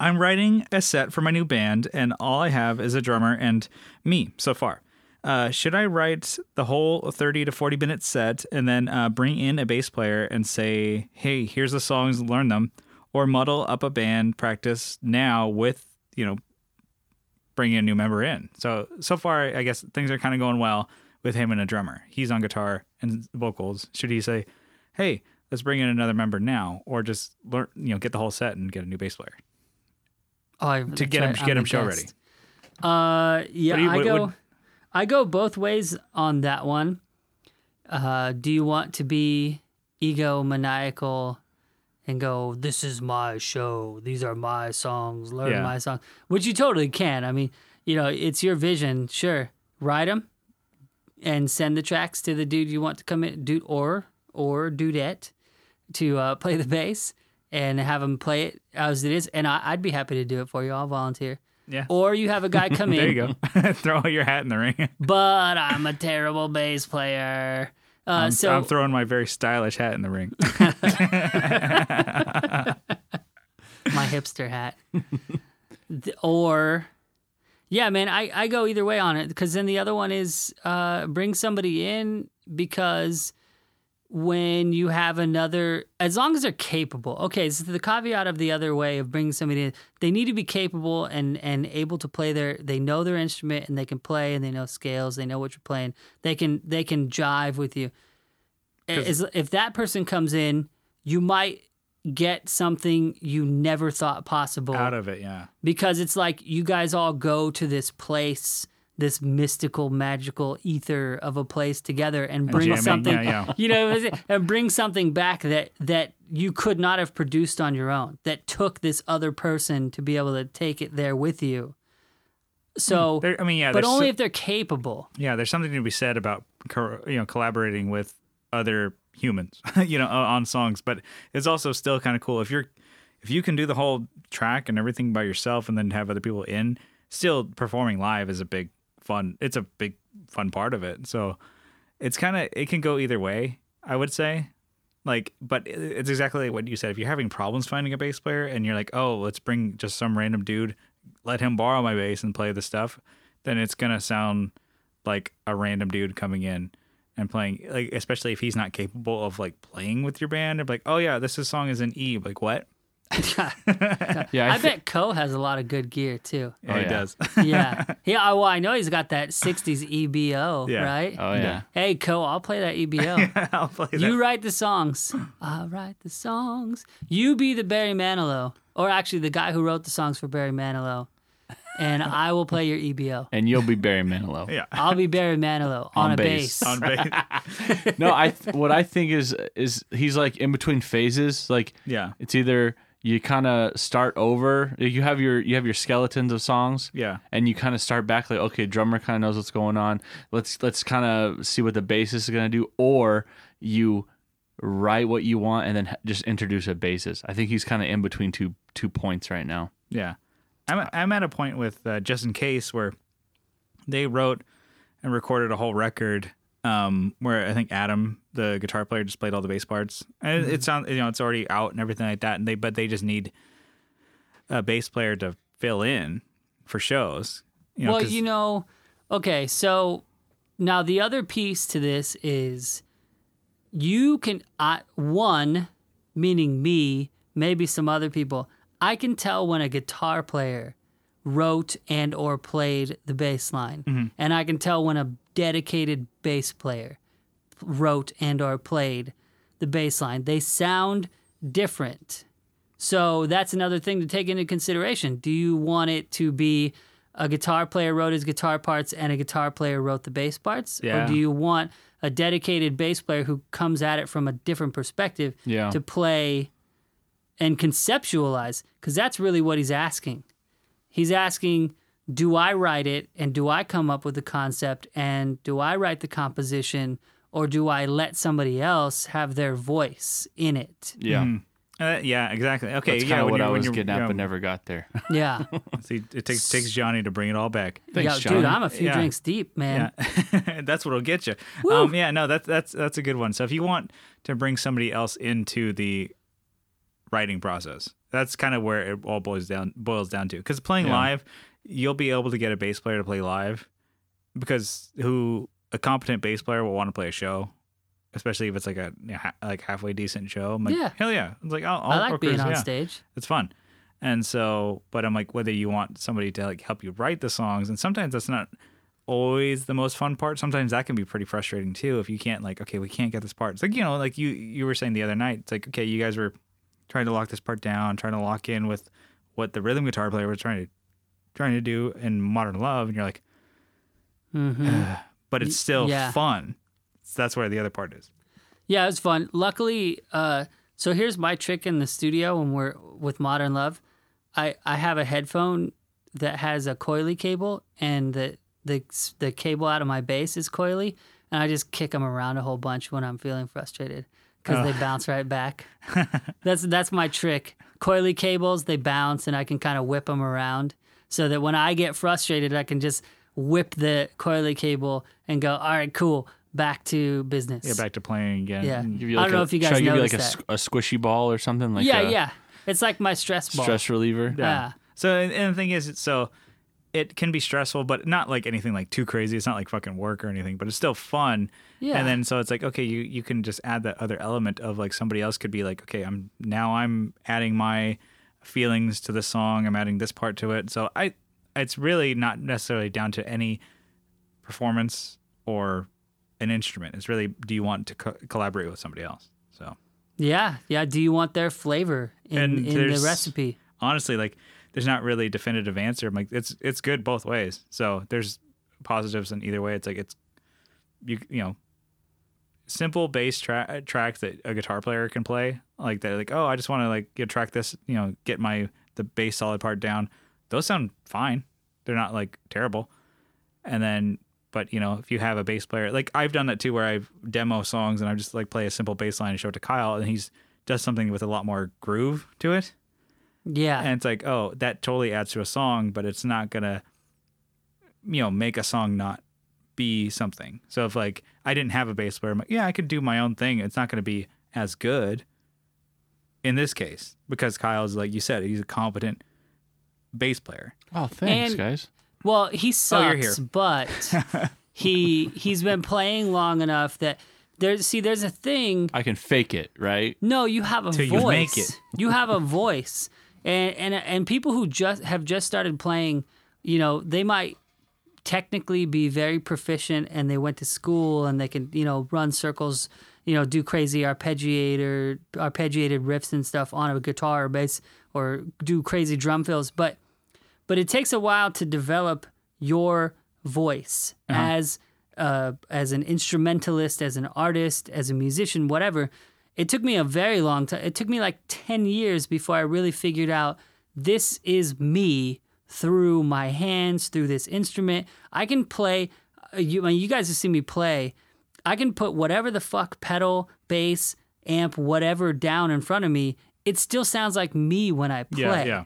[SPEAKER 1] I'm writing a set for my new band, and all I have is a drummer and me so far. Uh, should I write the whole 30 to 40 minute set and then uh, bring in a bass player and say, hey, here's the songs, learn them? or muddle up a band practice now with you know bringing a new member in. So so far, I guess things are kind of going well with him and a drummer. He's on guitar and vocals. Should he say, "Hey, let's bring in another member now," or just learn you know get the whole set and get a new bass player?
[SPEAKER 3] Oh, I,
[SPEAKER 1] To get him-
[SPEAKER 3] I'm
[SPEAKER 1] get him
[SPEAKER 3] the
[SPEAKER 1] show
[SPEAKER 3] guest. Uh, yeah,
[SPEAKER 1] What do you-
[SPEAKER 3] I
[SPEAKER 1] what-
[SPEAKER 3] go,
[SPEAKER 1] what-
[SPEAKER 3] I go both ways on that one. Uh, do you want to be egomaniacal and go, "This is my show. These are my songs. Learn
[SPEAKER 1] Yeah.
[SPEAKER 3] my songs," which you totally can. I mean, you know, it's your vision. Sure, write them and send the tracks to the dude you want to come in, dude or or dudette to uh, play the bass and have him play it as it is. And I, I'd be happy to do it for you. I'll volunteer.
[SPEAKER 1] Yeah.
[SPEAKER 3] Or you have
[SPEAKER 1] <laughs>
[SPEAKER 3] a guy come in.
[SPEAKER 1] There you go. <laughs> Throw your hat in the
[SPEAKER 3] Uh,
[SPEAKER 1] ring.
[SPEAKER 3] But I'm a terrible bass player. Uh,
[SPEAKER 1] I'm,
[SPEAKER 3] so
[SPEAKER 1] I'm throwing my very stylish hat in the ring.
[SPEAKER 3] my hipster hat. Th- or, yeah, man, I, I go either way on it because then the other one is uh, bring somebody in because when you have another, as long as they're capable. Okay, so the caveat of the other way of bringing somebody in, they need to be capable and and able to play their. They know their instrument and they can play and they know scales. They know what you're playing. They can they can jive with you. As, if that person comes in, you might get something you never thought possible
[SPEAKER 1] Out of it, yeah.
[SPEAKER 3] because it's like you guys all go to this place this mystical magical ether of a place together and bring
[SPEAKER 1] jamming,
[SPEAKER 3] something
[SPEAKER 1] yeah, yeah.
[SPEAKER 3] <laughs> you know what I'm saying? and bring something back that that you could not have produced on your own that took this other person to be able to take it there with you so
[SPEAKER 1] Hmm, There, I mean, yeah.
[SPEAKER 3] but
[SPEAKER 1] there's
[SPEAKER 3] only
[SPEAKER 1] so-
[SPEAKER 3] if they're capable
[SPEAKER 1] yeah, there's something to be said about co- you know collaborating with other humans, <laughs> you know, o- on songs. But it's also still kind of cool if you're if you can do the whole track and everything by yourself, and then have other people in. Still performing live is a big fun. It's a big fun part of it. So it's kind of it can go either way. I would say. Like, but it- it's exactly what you said. If you're having problems finding a bass player, and you're like, "Oh, let's bring just some random dude, let him borrow my bass and play the stuff," then it's gonna sound like a random dude coming in and playing like especially if he's not capable of like playing with your band and like oh yeah this is song is in e like what
[SPEAKER 2] Yeah,
[SPEAKER 3] i
[SPEAKER 2] thi-
[SPEAKER 3] bet ko has a lot of good gear
[SPEAKER 1] <laughs>
[SPEAKER 3] too
[SPEAKER 1] yeah,
[SPEAKER 2] Oh,
[SPEAKER 1] he
[SPEAKER 2] yeah.
[SPEAKER 1] does
[SPEAKER 3] yeah yeah well i know he's got that 60s ebo
[SPEAKER 1] Yeah.
[SPEAKER 3] right
[SPEAKER 2] Oh yeah.
[SPEAKER 3] hey ko i'll play that
[SPEAKER 1] <laughs>
[SPEAKER 3] E ebo
[SPEAKER 1] i'll play that
[SPEAKER 3] You write
[SPEAKER 1] <gasps>
[SPEAKER 3] the songs. I write the songs. You be the Barry Manilow, or actually the guy who wrote the songs for Barry Manilow,
[SPEAKER 1] <laughs>
[SPEAKER 3] and I will play your EBO.
[SPEAKER 2] And you'll be Barry Manilow.
[SPEAKER 1] yeah
[SPEAKER 3] I'll be Barry Manilow on,
[SPEAKER 2] On
[SPEAKER 3] a bass.
[SPEAKER 2] bass.
[SPEAKER 1] on bass
[SPEAKER 3] <laughs>
[SPEAKER 2] No, I th- what I think is is he's like in between phases. Like
[SPEAKER 1] Yeah.
[SPEAKER 2] it's either you kind of start over. You have your you have your skeletons of songs.
[SPEAKER 1] Yeah.
[SPEAKER 2] and you kind of start back like okay, drummer kind of knows what's going on. Let's let's kind of see what the bassist is gonna do, or you write what you want and then ha- just introduce a bassist. I think he's kind of in between two two points right now.
[SPEAKER 1] Yeah, I'm I'm at a point with uh, just in case where they wrote and recorded a whole record um, where I think Adam, the guitar player, just played all the bass parts, and
[SPEAKER 3] Mm-hmm.
[SPEAKER 1] it, it sounds you know it's already out and everything like that, and they but they just need a bass player to fill in for shows. You know,
[SPEAKER 3] well,
[SPEAKER 1] 'cause-
[SPEAKER 3] you know, okay, so now the other piece to this is you can I one meaning me, maybe some other people. I can tell when a guitar player wrote and or played the bass line, and I can tell when a dedicated bass player wrote and or played the bass line. They sound different. So that's another thing to take into consideration. Do you want it to be a guitar player wrote his guitar parts and a guitar player wrote the bass parts? Or
[SPEAKER 1] Yeah.
[SPEAKER 3] do you want a dedicated bass player who comes at it from a different perspective
[SPEAKER 2] Yeah.
[SPEAKER 3] to play and conceptualize? Because that's really what he's asking. He's asking, do I write it and do I come up with the concept and do I write the composition or do I let somebody else have their voice
[SPEAKER 2] <laughs>
[SPEAKER 3] in it?
[SPEAKER 2] Yeah,
[SPEAKER 1] uh, yeah, exactly. Okay,
[SPEAKER 2] that's
[SPEAKER 1] yeah,
[SPEAKER 2] kind of
[SPEAKER 1] when
[SPEAKER 2] what
[SPEAKER 1] you're-
[SPEAKER 2] I
[SPEAKER 1] when
[SPEAKER 2] was
[SPEAKER 1] you're-
[SPEAKER 2] getting at,
[SPEAKER 1] yeah,
[SPEAKER 2] but never got there. <laughs>
[SPEAKER 3] Yeah.
[SPEAKER 1] See, it takes takes Johnny to bring it all back.
[SPEAKER 2] Thanks,
[SPEAKER 3] yeah
[SPEAKER 2] John.
[SPEAKER 3] dude, I'm a few
[SPEAKER 1] Yeah.
[SPEAKER 3] drinks deep, man.
[SPEAKER 1] Yeah, <laughs> that's what'll get you. Um, yeah, no, that's that's that's a good one. So if you want to bring somebody else into the writing process, that's kind of where it all boils down boils down to. Because playing
[SPEAKER 2] Yeah.
[SPEAKER 1] live, you'll be able to get a bass player to play live because who a competent bass player will want to play a show especially if it's like a you know, ha- like halfway decent show. I'm like,
[SPEAKER 3] Yeah.
[SPEAKER 1] hell yeah! It's like I'll, I'll
[SPEAKER 3] I like
[SPEAKER 1] work
[SPEAKER 3] being
[SPEAKER 1] with-
[SPEAKER 3] on
[SPEAKER 1] yeah.
[SPEAKER 3] stage.
[SPEAKER 1] It's fun. And so, but I'm like, whether you want somebody to like help you write the songs, and sometimes that's not always the most fun part. Sometimes that can be pretty frustrating too if you can't like, okay, we can't get this part. It's like you know, like you you were saying the other night. It's like okay, you guys were trying to lock this part down, trying to lock in with what the rhythm guitar player was trying to trying to do in Modern Love, and you're like, but it's still
[SPEAKER 3] Mm-hmm. yeah.
[SPEAKER 1] fun. So that's where the other part is.
[SPEAKER 3] Yeah, it was fun. Luckily, uh, so here's my trick in the studio when we're with Modern Love. I, I have a headphone that has a coily cable, and the the the cable out of my bass is coily, and I just kick them around a whole bunch when I'm feeling frustrated because they bounce
[SPEAKER 1] <laughs>
[SPEAKER 3] right back. that's that's my trick. Coily cables they bounce, and I can kind of whip them around so that when I get frustrated, I can just whip the coily cable and go, all right, cool, back to business.
[SPEAKER 1] Yeah, back to playing again.
[SPEAKER 3] Yeah.
[SPEAKER 1] And
[SPEAKER 2] Give you
[SPEAKER 3] I
[SPEAKER 2] like
[SPEAKER 3] don't know
[SPEAKER 2] a-
[SPEAKER 3] if you
[SPEAKER 2] should
[SPEAKER 3] guys
[SPEAKER 2] I give you like a,
[SPEAKER 3] noticed
[SPEAKER 2] s- a squishy ball or something like
[SPEAKER 3] yeah,
[SPEAKER 2] a
[SPEAKER 3] yeah. Uh, It's like my stress ball.
[SPEAKER 2] stress reliever.
[SPEAKER 1] Yeah.
[SPEAKER 3] Yeah.
[SPEAKER 1] So and, and the thing is, it's so it can be stressful, but not like anything like too crazy. It's not like fucking work or anything, but it's still fun.
[SPEAKER 3] Yeah.
[SPEAKER 1] And then so it's like okay, you you can just add that other element of like somebody else could be like, okay, I'm now I'm adding my feelings to the song. I'm adding this part to it. So I it's really not necessarily down to any performance or an instrument. It's really do you want to co- collaborate with somebody else? So
[SPEAKER 3] Yeah, yeah. Do you want their flavor
[SPEAKER 1] And
[SPEAKER 3] in, in the
[SPEAKER 1] there's-
[SPEAKER 3] recipe?
[SPEAKER 1] honestly like there's not really a definitive answer I'm like it's it's good both ways so there's positives in either way it's like it's you you know simple bass tra- tracks that a guitar player can play like they're like oh i just want to like get track this you know get my the bass solid part down those sound fine they're not like terrible and then but you know if you have a bass player like i've done that too where i've demo songs and i just like play a simple bass line and show it to kyle and he's does something with a lot more groove to it
[SPEAKER 3] Yeah.
[SPEAKER 1] and it's like oh that totally adds to a song but it's not gonna you know make a song not be something so if like i didn't have a bass player i'm like yeah i could do my own thing it's not gonna be as good in this case because kyle's like you said he's a competent bass player
[SPEAKER 2] Oh, thanks,
[SPEAKER 3] And-
[SPEAKER 2] guys.
[SPEAKER 3] well, he
[SPEAKER 1] Oh,
[SPEAKER 3] sucks,
[SPEAKER 1] you're here. <laughs>
[SPEAKER 3] but he he's been playing long enough that there's see there's a thing.
[SPEAKER 2] I can fake it, right?
[SPEAKER 3] No, you have a
[SPEAKER 1] Till
[SPEAKER 3] voice.
[SPEAKER 1] you make it.
[SPEAKER 3] You have a voice, and and and people who just have just started playing, you know, they might technically be very proficient and they went to school and they can you know run circles you know do crazy arpeggiator arpeggiated riffs and stuff on a guitar or bass or do crazy drum fills but but it takes a while to develop your voice
[SPEAKER 1] Uh-huh.
[SPEAKER 3] as uh, as an instrumentalist, as an artist, as a musician, whatever. It took me a very long time. It took me like ten years before I really figured out this is me through my hands, through this instrument. I can play. uh, You, I mean, you guys have seen me play. I can put whatever the fuck pedal, bass, amp, whatever down in front of me. It still sounds like me when I play.
[SPEAKER 1] yeah yeah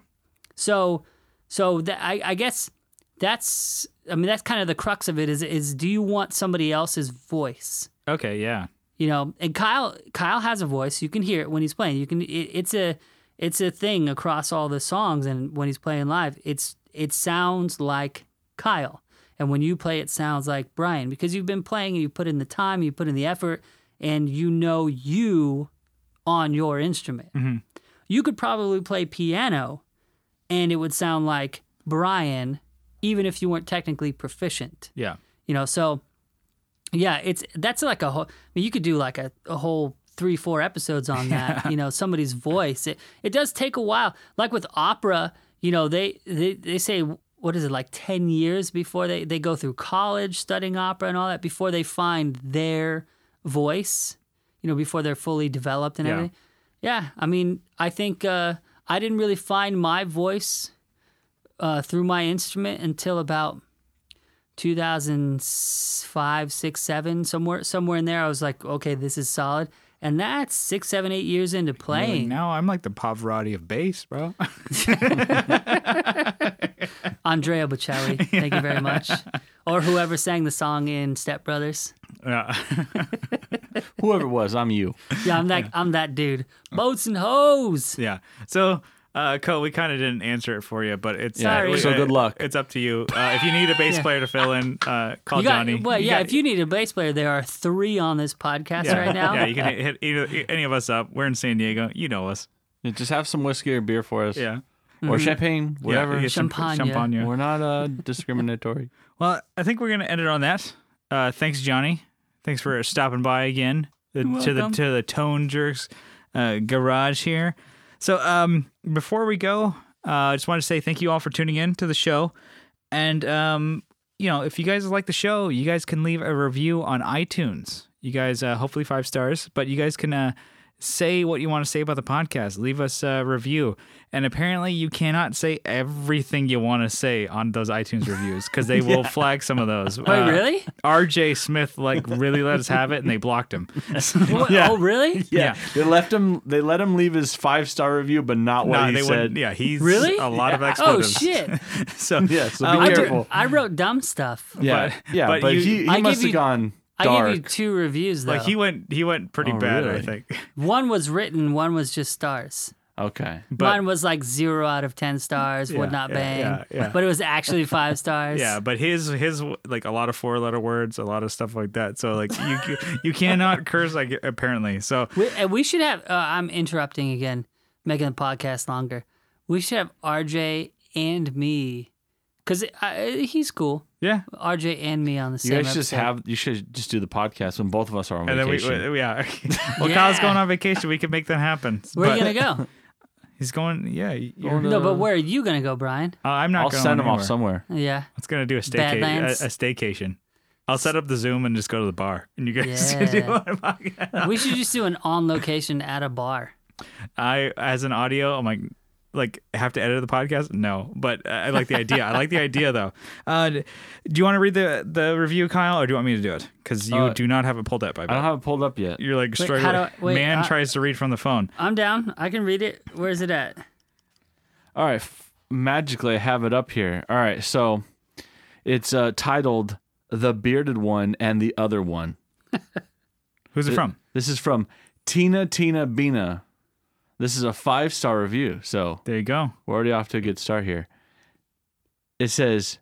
[SPEAKER 3] So, so that I, I guess that's I mean that's kind of the crux of it is is do you want somebody else's voice?
[SPEAKER 1] okay yeah
[SPEAKER 3] You know, and Kyle Kyle has a voice. You can hear it when he's playing. You can it, it's a it's a thing across all the songs and when he's playing live, it's it sounds like Kyle. And when you play it sounds like Brian because you've been playing and you put in the time, you put in the effort and you know you on your instrument. You could probably play piano and it would sound like Brian even if you weren't technically proficient
[SPEAKER 1] yeah
[SPEAKER 3] you know so yeah it's that's like a whole I mean, you could do like a, a whole three four episodes on that you know somebody's voice it, it does take a while like with opera you know they they, they say what is it like 10 years before they, they go through college studying opera and all that before they find their voice you know before they're fully developed and
[SPEAKER 1] Yeah.
[SPEAKER 3] everything yeah i mean i think uh, i didn't really find my voice uh, through my instrument until about 2005 6 7 somewhere somewhere in there i was like okay this is solid and that's six seven eight years into
[SPEAKER 1] Like,
[SPEAKER 3] playing
[SPEAKER 1] now i'm like the pavarotti of bass bro <laughs>
[SPEAKER 3] andrea bocelli
[SPEAKER 1] <laughs>
[SPEAKER 3] thank you very much or whoever sang the song in step brothers
[SPEAKER 1] yeah
[SPEAKER 2] Whoever it was, I'm you.
[SPEAKER 3] yeah i'm that i'm that dude boats and hoes
[SPEAKER 1] yeah so Uh, Cole, we kind of didn't answer it for you, but it's uh,
[SPEAKER 2] Yeah,
[SPEAKER 3] Sorry.
[SPEAKER 2] so good luck.
[SPEAKER 1] It's up to you. Uh, if you need a bass player to fill in, uh, call
[SPEAKER 3] You got,
[SPEAKER 1] Johnny.
[SPEAKER 3] well, yeah.
[SPEAKER 1] got-
[SPEAKER 3] if you need a bass player, there are three on this podcast
[SPEAKER 1] yeah,
[SPEAKER 3] right now.
[SPEAKER 1] yeah, you can hit either, any of us up. We're in San Diego. You know us.
[SPEAKER 2] Yeah, Just have some whiskey or beer for us.
[SPEAKER 1] Yeah, Mm-hmm.
[SPEAKER 2] Or champagne, whatever.
[SPEAKER 1] Yeah, it's some-
[SPEAKER 3] Champagne.
[SPEAKER 1] champagne.
[SPEAKER 2] We're not uh, discriminatory.
[SPEAKER 1] Well, I think we're gonna end it on that. Uh, thanks, Johnny. Thanks for stopping by again uh, to the
[SPEAKER 3] welcome.
[SPEAKER 1] to the Tone Jerks uh, garage here. So, um, before we go, uh, I just want to say thank you all for tuning in to the show, and um, you know, if you guys like the show, you guys can leave a review on iTunes. You guys, uh, hopefully five stars, but you guys can uh, say what you want to say about the podcast. Leave us a review. And apparently, you cannot say everything you want to say on those iTunes reviews because
[SPEAKER 3] <laughs>
[SPEAKER 1] they will flag some of those.
[SPEAKER 3] Wait, really?
[SPEAKER 1] RJ Smith, like, really let us have it, and they blocked
[SPEAKER 3] <laughs>
[SPEAKER 1] him. <laughs>
[SPEAKER 3] What-
[SPEAKER 1] yeah. <laughs>
[SPEAKER 3] Oh, really?
[SPEAKER 1] <laughs> Yeah.
[SPEAKER 2] They left him they let him leave his five star review, but not what
[SPEAKER 1] Nah,
[SPEAKER 2] he
[SPEAKER 1] they
[SPEAKER 2] said.
[SPEAKER 1] wouldn't. Yeah, he's
[SPEAKER 3] Really?
[SPEAKER 1] a lot of
[SPEAKER 3] Oh
[SPEAKER 1] expletives.
[SPEAKER 3] shit!
[SPEAKER 1] <laughs> So,
[SPEAKER 2] Yeah, so be
[SPEAKER 1] we-
[SPEAKER 3] I, do-
[SPEAKER 2] Careful.
[SPEAKER 3] I wrote dumb stuff.
[SPEAKER 2] Yeah,
[SPEAKER 1] But-
[SPEAKER 2] yeah,
[SPEAKER 1] but
[SPEAKER 2] but,
[SPEAKER 1] you-
[SPEAKER 2] he, he
[SPEAKER 3] I give
[SPEAKER 2] must
[SPEAKER 3] you-
[SPEAKER 2] have gone
[SPEAKER 3] I
[SPEAKER 2] dark.
[SPEAKER 3] gave you two reviews though.
[SPEAKER 1] Like, he went, he went pretty
[SPEAKER 2] Oh,
[SPEAKER 1] bad, I
[SPEAKER 2] really?
[SPEAKER 1] think. <laughs>
[SPEAKER 3] one was written, one was just stars.
[SPEAKER 2] okay,
[SPEAKER 1] But-
[SPEAKER 3] Mine was like zero out of ten stars. would not
[SPEAKER 1] yeah,
[SPEAKER 3] bang.
[SPEAKER 1] yeah, yeah.
[SPEAKER 3] But it was actually five stars.
[SPEAKER 1] Yeah, but his his like a lot of four letter words, a lot of stuff like that. So like you you
[SPEAKER 2] <laughs>
[SPEAKER 1] cannot curse like apparently. So
[SPEAKER 3] We, and we should have. Uh, I'm interrupting again, making the podcast longer. We should have RJ and me, because he's cool.
[SPEAKER 1] yeah,
[SPEAKER 3] RJ and me on the
[SPEAKER 2] you
[SPEAKER 3] same.
[SPEAKER 2] guys just
[SPEAKER 3] episode.
[SPEAKER 2] have you should just do the podcast when both of us are on
[SPEAKER 1] and then we,
[SPEAKER 2] vacation.
[SPEAKER 1] we yeah. <laughs> well,
[SPEAKER 3] Yeah.
[SPEAKER 1] Kyle's going on vacation. We can make that happen.
[SPEAKER 3] Where
[SPEAKER 1] But
[SPEAKER 3] are you gonna
[SPEAKER 1] <laughs>
[SPEAKER 3] go?
[SPEAKER 1] He's going. Yeah, you're,
[SPEAKER 2] Going to-
[SPEAKER 3] no, but where are you gonna go, Brian?
[SPEAKER 1] uh, I'm not.
[SPEAKER 2] I'll
[SPEAKER 1] going
[SPEAKER 2] send him
[SPEAKER 1] anywhere.
[SPEAKER 2] off somewhere.
[SPEAKER 3] Yeah.
[SPEAKER 1] It's gonna do a staycation. A,
[SPEAKER 3] Badlands?
[SPEAKER 1] a staycation. I'll set up the Zoom and just go to the bar, and you guys <laughs> can do
[SPEAKER 3] Yeah.
[SPEAKER 1] what I'm-
[SPEAKER 3] We should just do an on location at a bar.
[SPEAKER 1] I as an audio, I'm like like have to edit the podcast? No, but uh, I like the idea. I like the idea
[SPEAKER 3] <laughs>
[SPEAKER 1] though. Uh, d- do you want to read the the review, Kyle, or do you want me to do it? Because you
[SPEAKER 2] Uh,
[SPEAKER 1] do not have it pulled up. I
[SPEAKER 2] I don't
[SPEAKER 1] bet.
[SPEAKER 2] have it pulled up yet.
[SPEAKER 1] You're like
[SPEAKER 3] Wait,
[SPEAKER 1] struggling.
[SPEAKER 3] how do I- wait, uh,
[SPEAKER 1] Man
[SPEAKER 3] I-
[SPEAKER 1] tries to read from the phone.
[SPEAKER 3] I'm down. I can read it. Where is it at?
[SPEAKER 2] All right, f- magically I have it up here. All right, so it's uh, titled "The Bearded One and the Other One."
[SPEAKER 1] Who's it from?
[SPEAKER 2] This is from Tina Tina Bina. This is a five star review, so
[SPEAKER 1] There you go.
[SPEAKER 2] we're already off to a good start here. It says,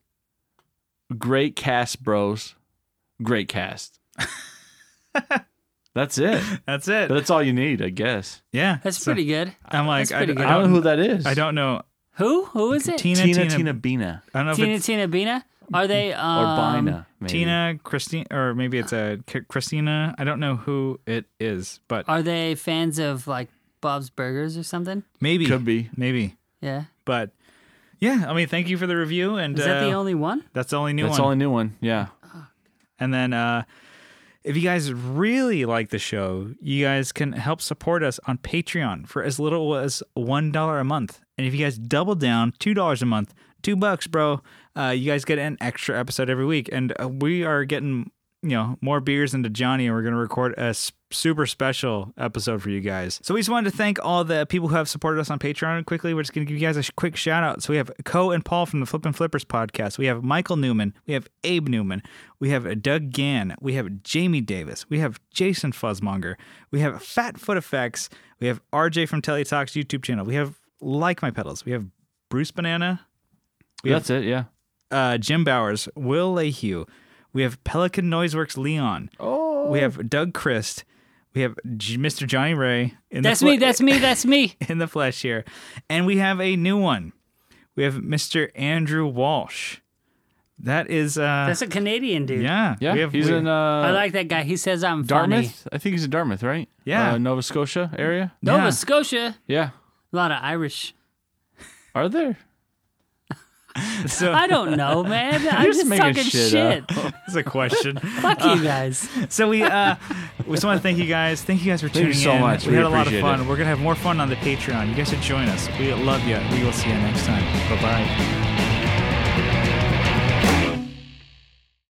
[SPEAKER 2] "Great cast, bros. Great <laughs> cast." That's it.
[SPEAKER 1] That's it.
[SPEAKER 2] That's all you need, I guess.
[SPEAKER 1] yeah,
[SPEAKER 3] That's
[SPEAKER 1] So,
[SPEAKER 3] pretty good.
[SPEAKER 1] I'm like,
[SPEAKER 3] that's
[SPEAKER 1] I,
[SPEAKER 3] pretty
[SPEAKER 1] I
[SPEAKER 3] good.
[SPEAKER 2] I don't know who
[SPEAKER 1] don't.
[SPEAKER 2] that is.
[SPEAKER 1] I don't know.
[SPEAKER 3] Who? Who is it?
[SPEAKER 1] Tina,
[SPEAKER 2] Tina
[SPEAKER 1] Tina,
[SPEAKER 2] Tina, Bina
[SPEAKER 1] I don't know if
[SPEAKER 3] Tina,
[SPEAKER 1] it's
[SPEAKER 3] Tina, Bina. Are they?
[SPEAKER 2] or
[SPEAKER 3] Um,
[SPEAKER 2] Bina. maybe.
[SPEAKER 1] Tina, Christine, or maybe it's a K- Christina. I don't know who it is, but
[SPEAKER 3] Are they fans of like Bob's Burgers or something?
[SPEAKER 1] maybe
[SPEAKER 2] could be.
[SPEAKER 1] maybe.
[SPEAKER 3] Yeah.
[SPEAKER 1] But yeah, I mean, thank you for the review, and
[SPEAKER 3] Is that the
[SPEAKER 1] uh,
[SPEAKER 3] only one?
[SPEAKER 1] that's the only new
[SPEAKER 2] That's
[SPEAKER 1] one.
[SPEAKER 2] only new one. Yeah.
[SPEAKER 1] And then uh, if you guys really like the show, you guys can help support us on Patreon for as little as $1 a month. And if you guys double down, $2 a month, 2 bucks, bro, uh, you guys get an extra episode every week. And uh, we are getting, you know, more beers into Johnny and we're going to record a s- super special episode for you guys. So we just wanted to thank all the people who have supported us on Patreon. And quickly, we're just going to give you guys a sh- quick shout out. So we have Co and Paul from the Flippin' Flippers podcast. We have Michael Newman. We have Abe Newman. We have Doug Gann. We have Jamie Davis. We have Jason Fuzzmonger. We have Fat Foot Effects. We have RJ from Teletalks YouTube channel. We have Like My Pedals. We have Bruce Banana
[SPEAKER 2] That's it. Yeah.
[SPEAKER 1] uh, Jim Bowers, Will Lehue. We have Pelican Noiseworks Leon. Oh. We have Doug Christ. We have J- Mr. Johnny Ray. In
[SPEAKER 3] That's
[SPEAKER 1] the fle-
[SPEAKER 3] me. That's me. That's me.
[SPEAKER 1] in the flesh here, and we have a new one. We have Mr. Andrew Walsh. That is uh,
[SPEAKER 3] That's a Canadian dude.
[SPEAKER 1] yeah
[SPEAKER 2] Yeah.
[SPEAKER 1] We have,
[SPEAKER 2] he's
[SPEAKER 1] we-
[SPEAKER 2] in
[SPEAKER 3] I
[SPEAKER 2] uh,
[SPEAKER 3] like that guy. He says I'm funny.
[SPEAKER 2] Dartmouth. I think he's in Dartmouth, right?
[SPEAKER 1] Yeah.
[SPEAKER 2] Uh, Nova Scotia area.
[SPEAKER 3] Nova
[SPEAKER 1] Yeah.
[SPEAKER 3] Scotia.
[SPEAKER 2] Yeah.
[SPEAKER 3] A lot of Irish.
[SPEAKER 2] Are there?
[SPEAKER 1] so
[SPEAKER 3] I don't know, man. I'm
[SPEAKER 2] just
[SPEAKER 3] just
[SPEAKER 2] making
[SPEAKER 3] talking shit.
[SPEAKER 2] shit
[SPEAKER 1] that's a question.
[SPEAKER 3] Fuck you guys.
[SPEAKER 1] so we uh, we just want to thank you guys. Thank you guys for
[SPEAKER 2] Thank
[SPEAKER 1] tuning
[SPEAKER 2] you so
[SPEAKER 1] in.
[SPEAKER 2] much.
[SPEAKER 1] We,
[SPEAKER 2] We
[SPEAKER 1] had a lot of
[SPEAKER 2] appreciate
[SPEAKER 1] fun.
[SPEAKER 2] it.
[SPEAKER 1] We're gonna have more fun on the Patreon. You guys should join us. We love you. We will see you next time. Bye bye.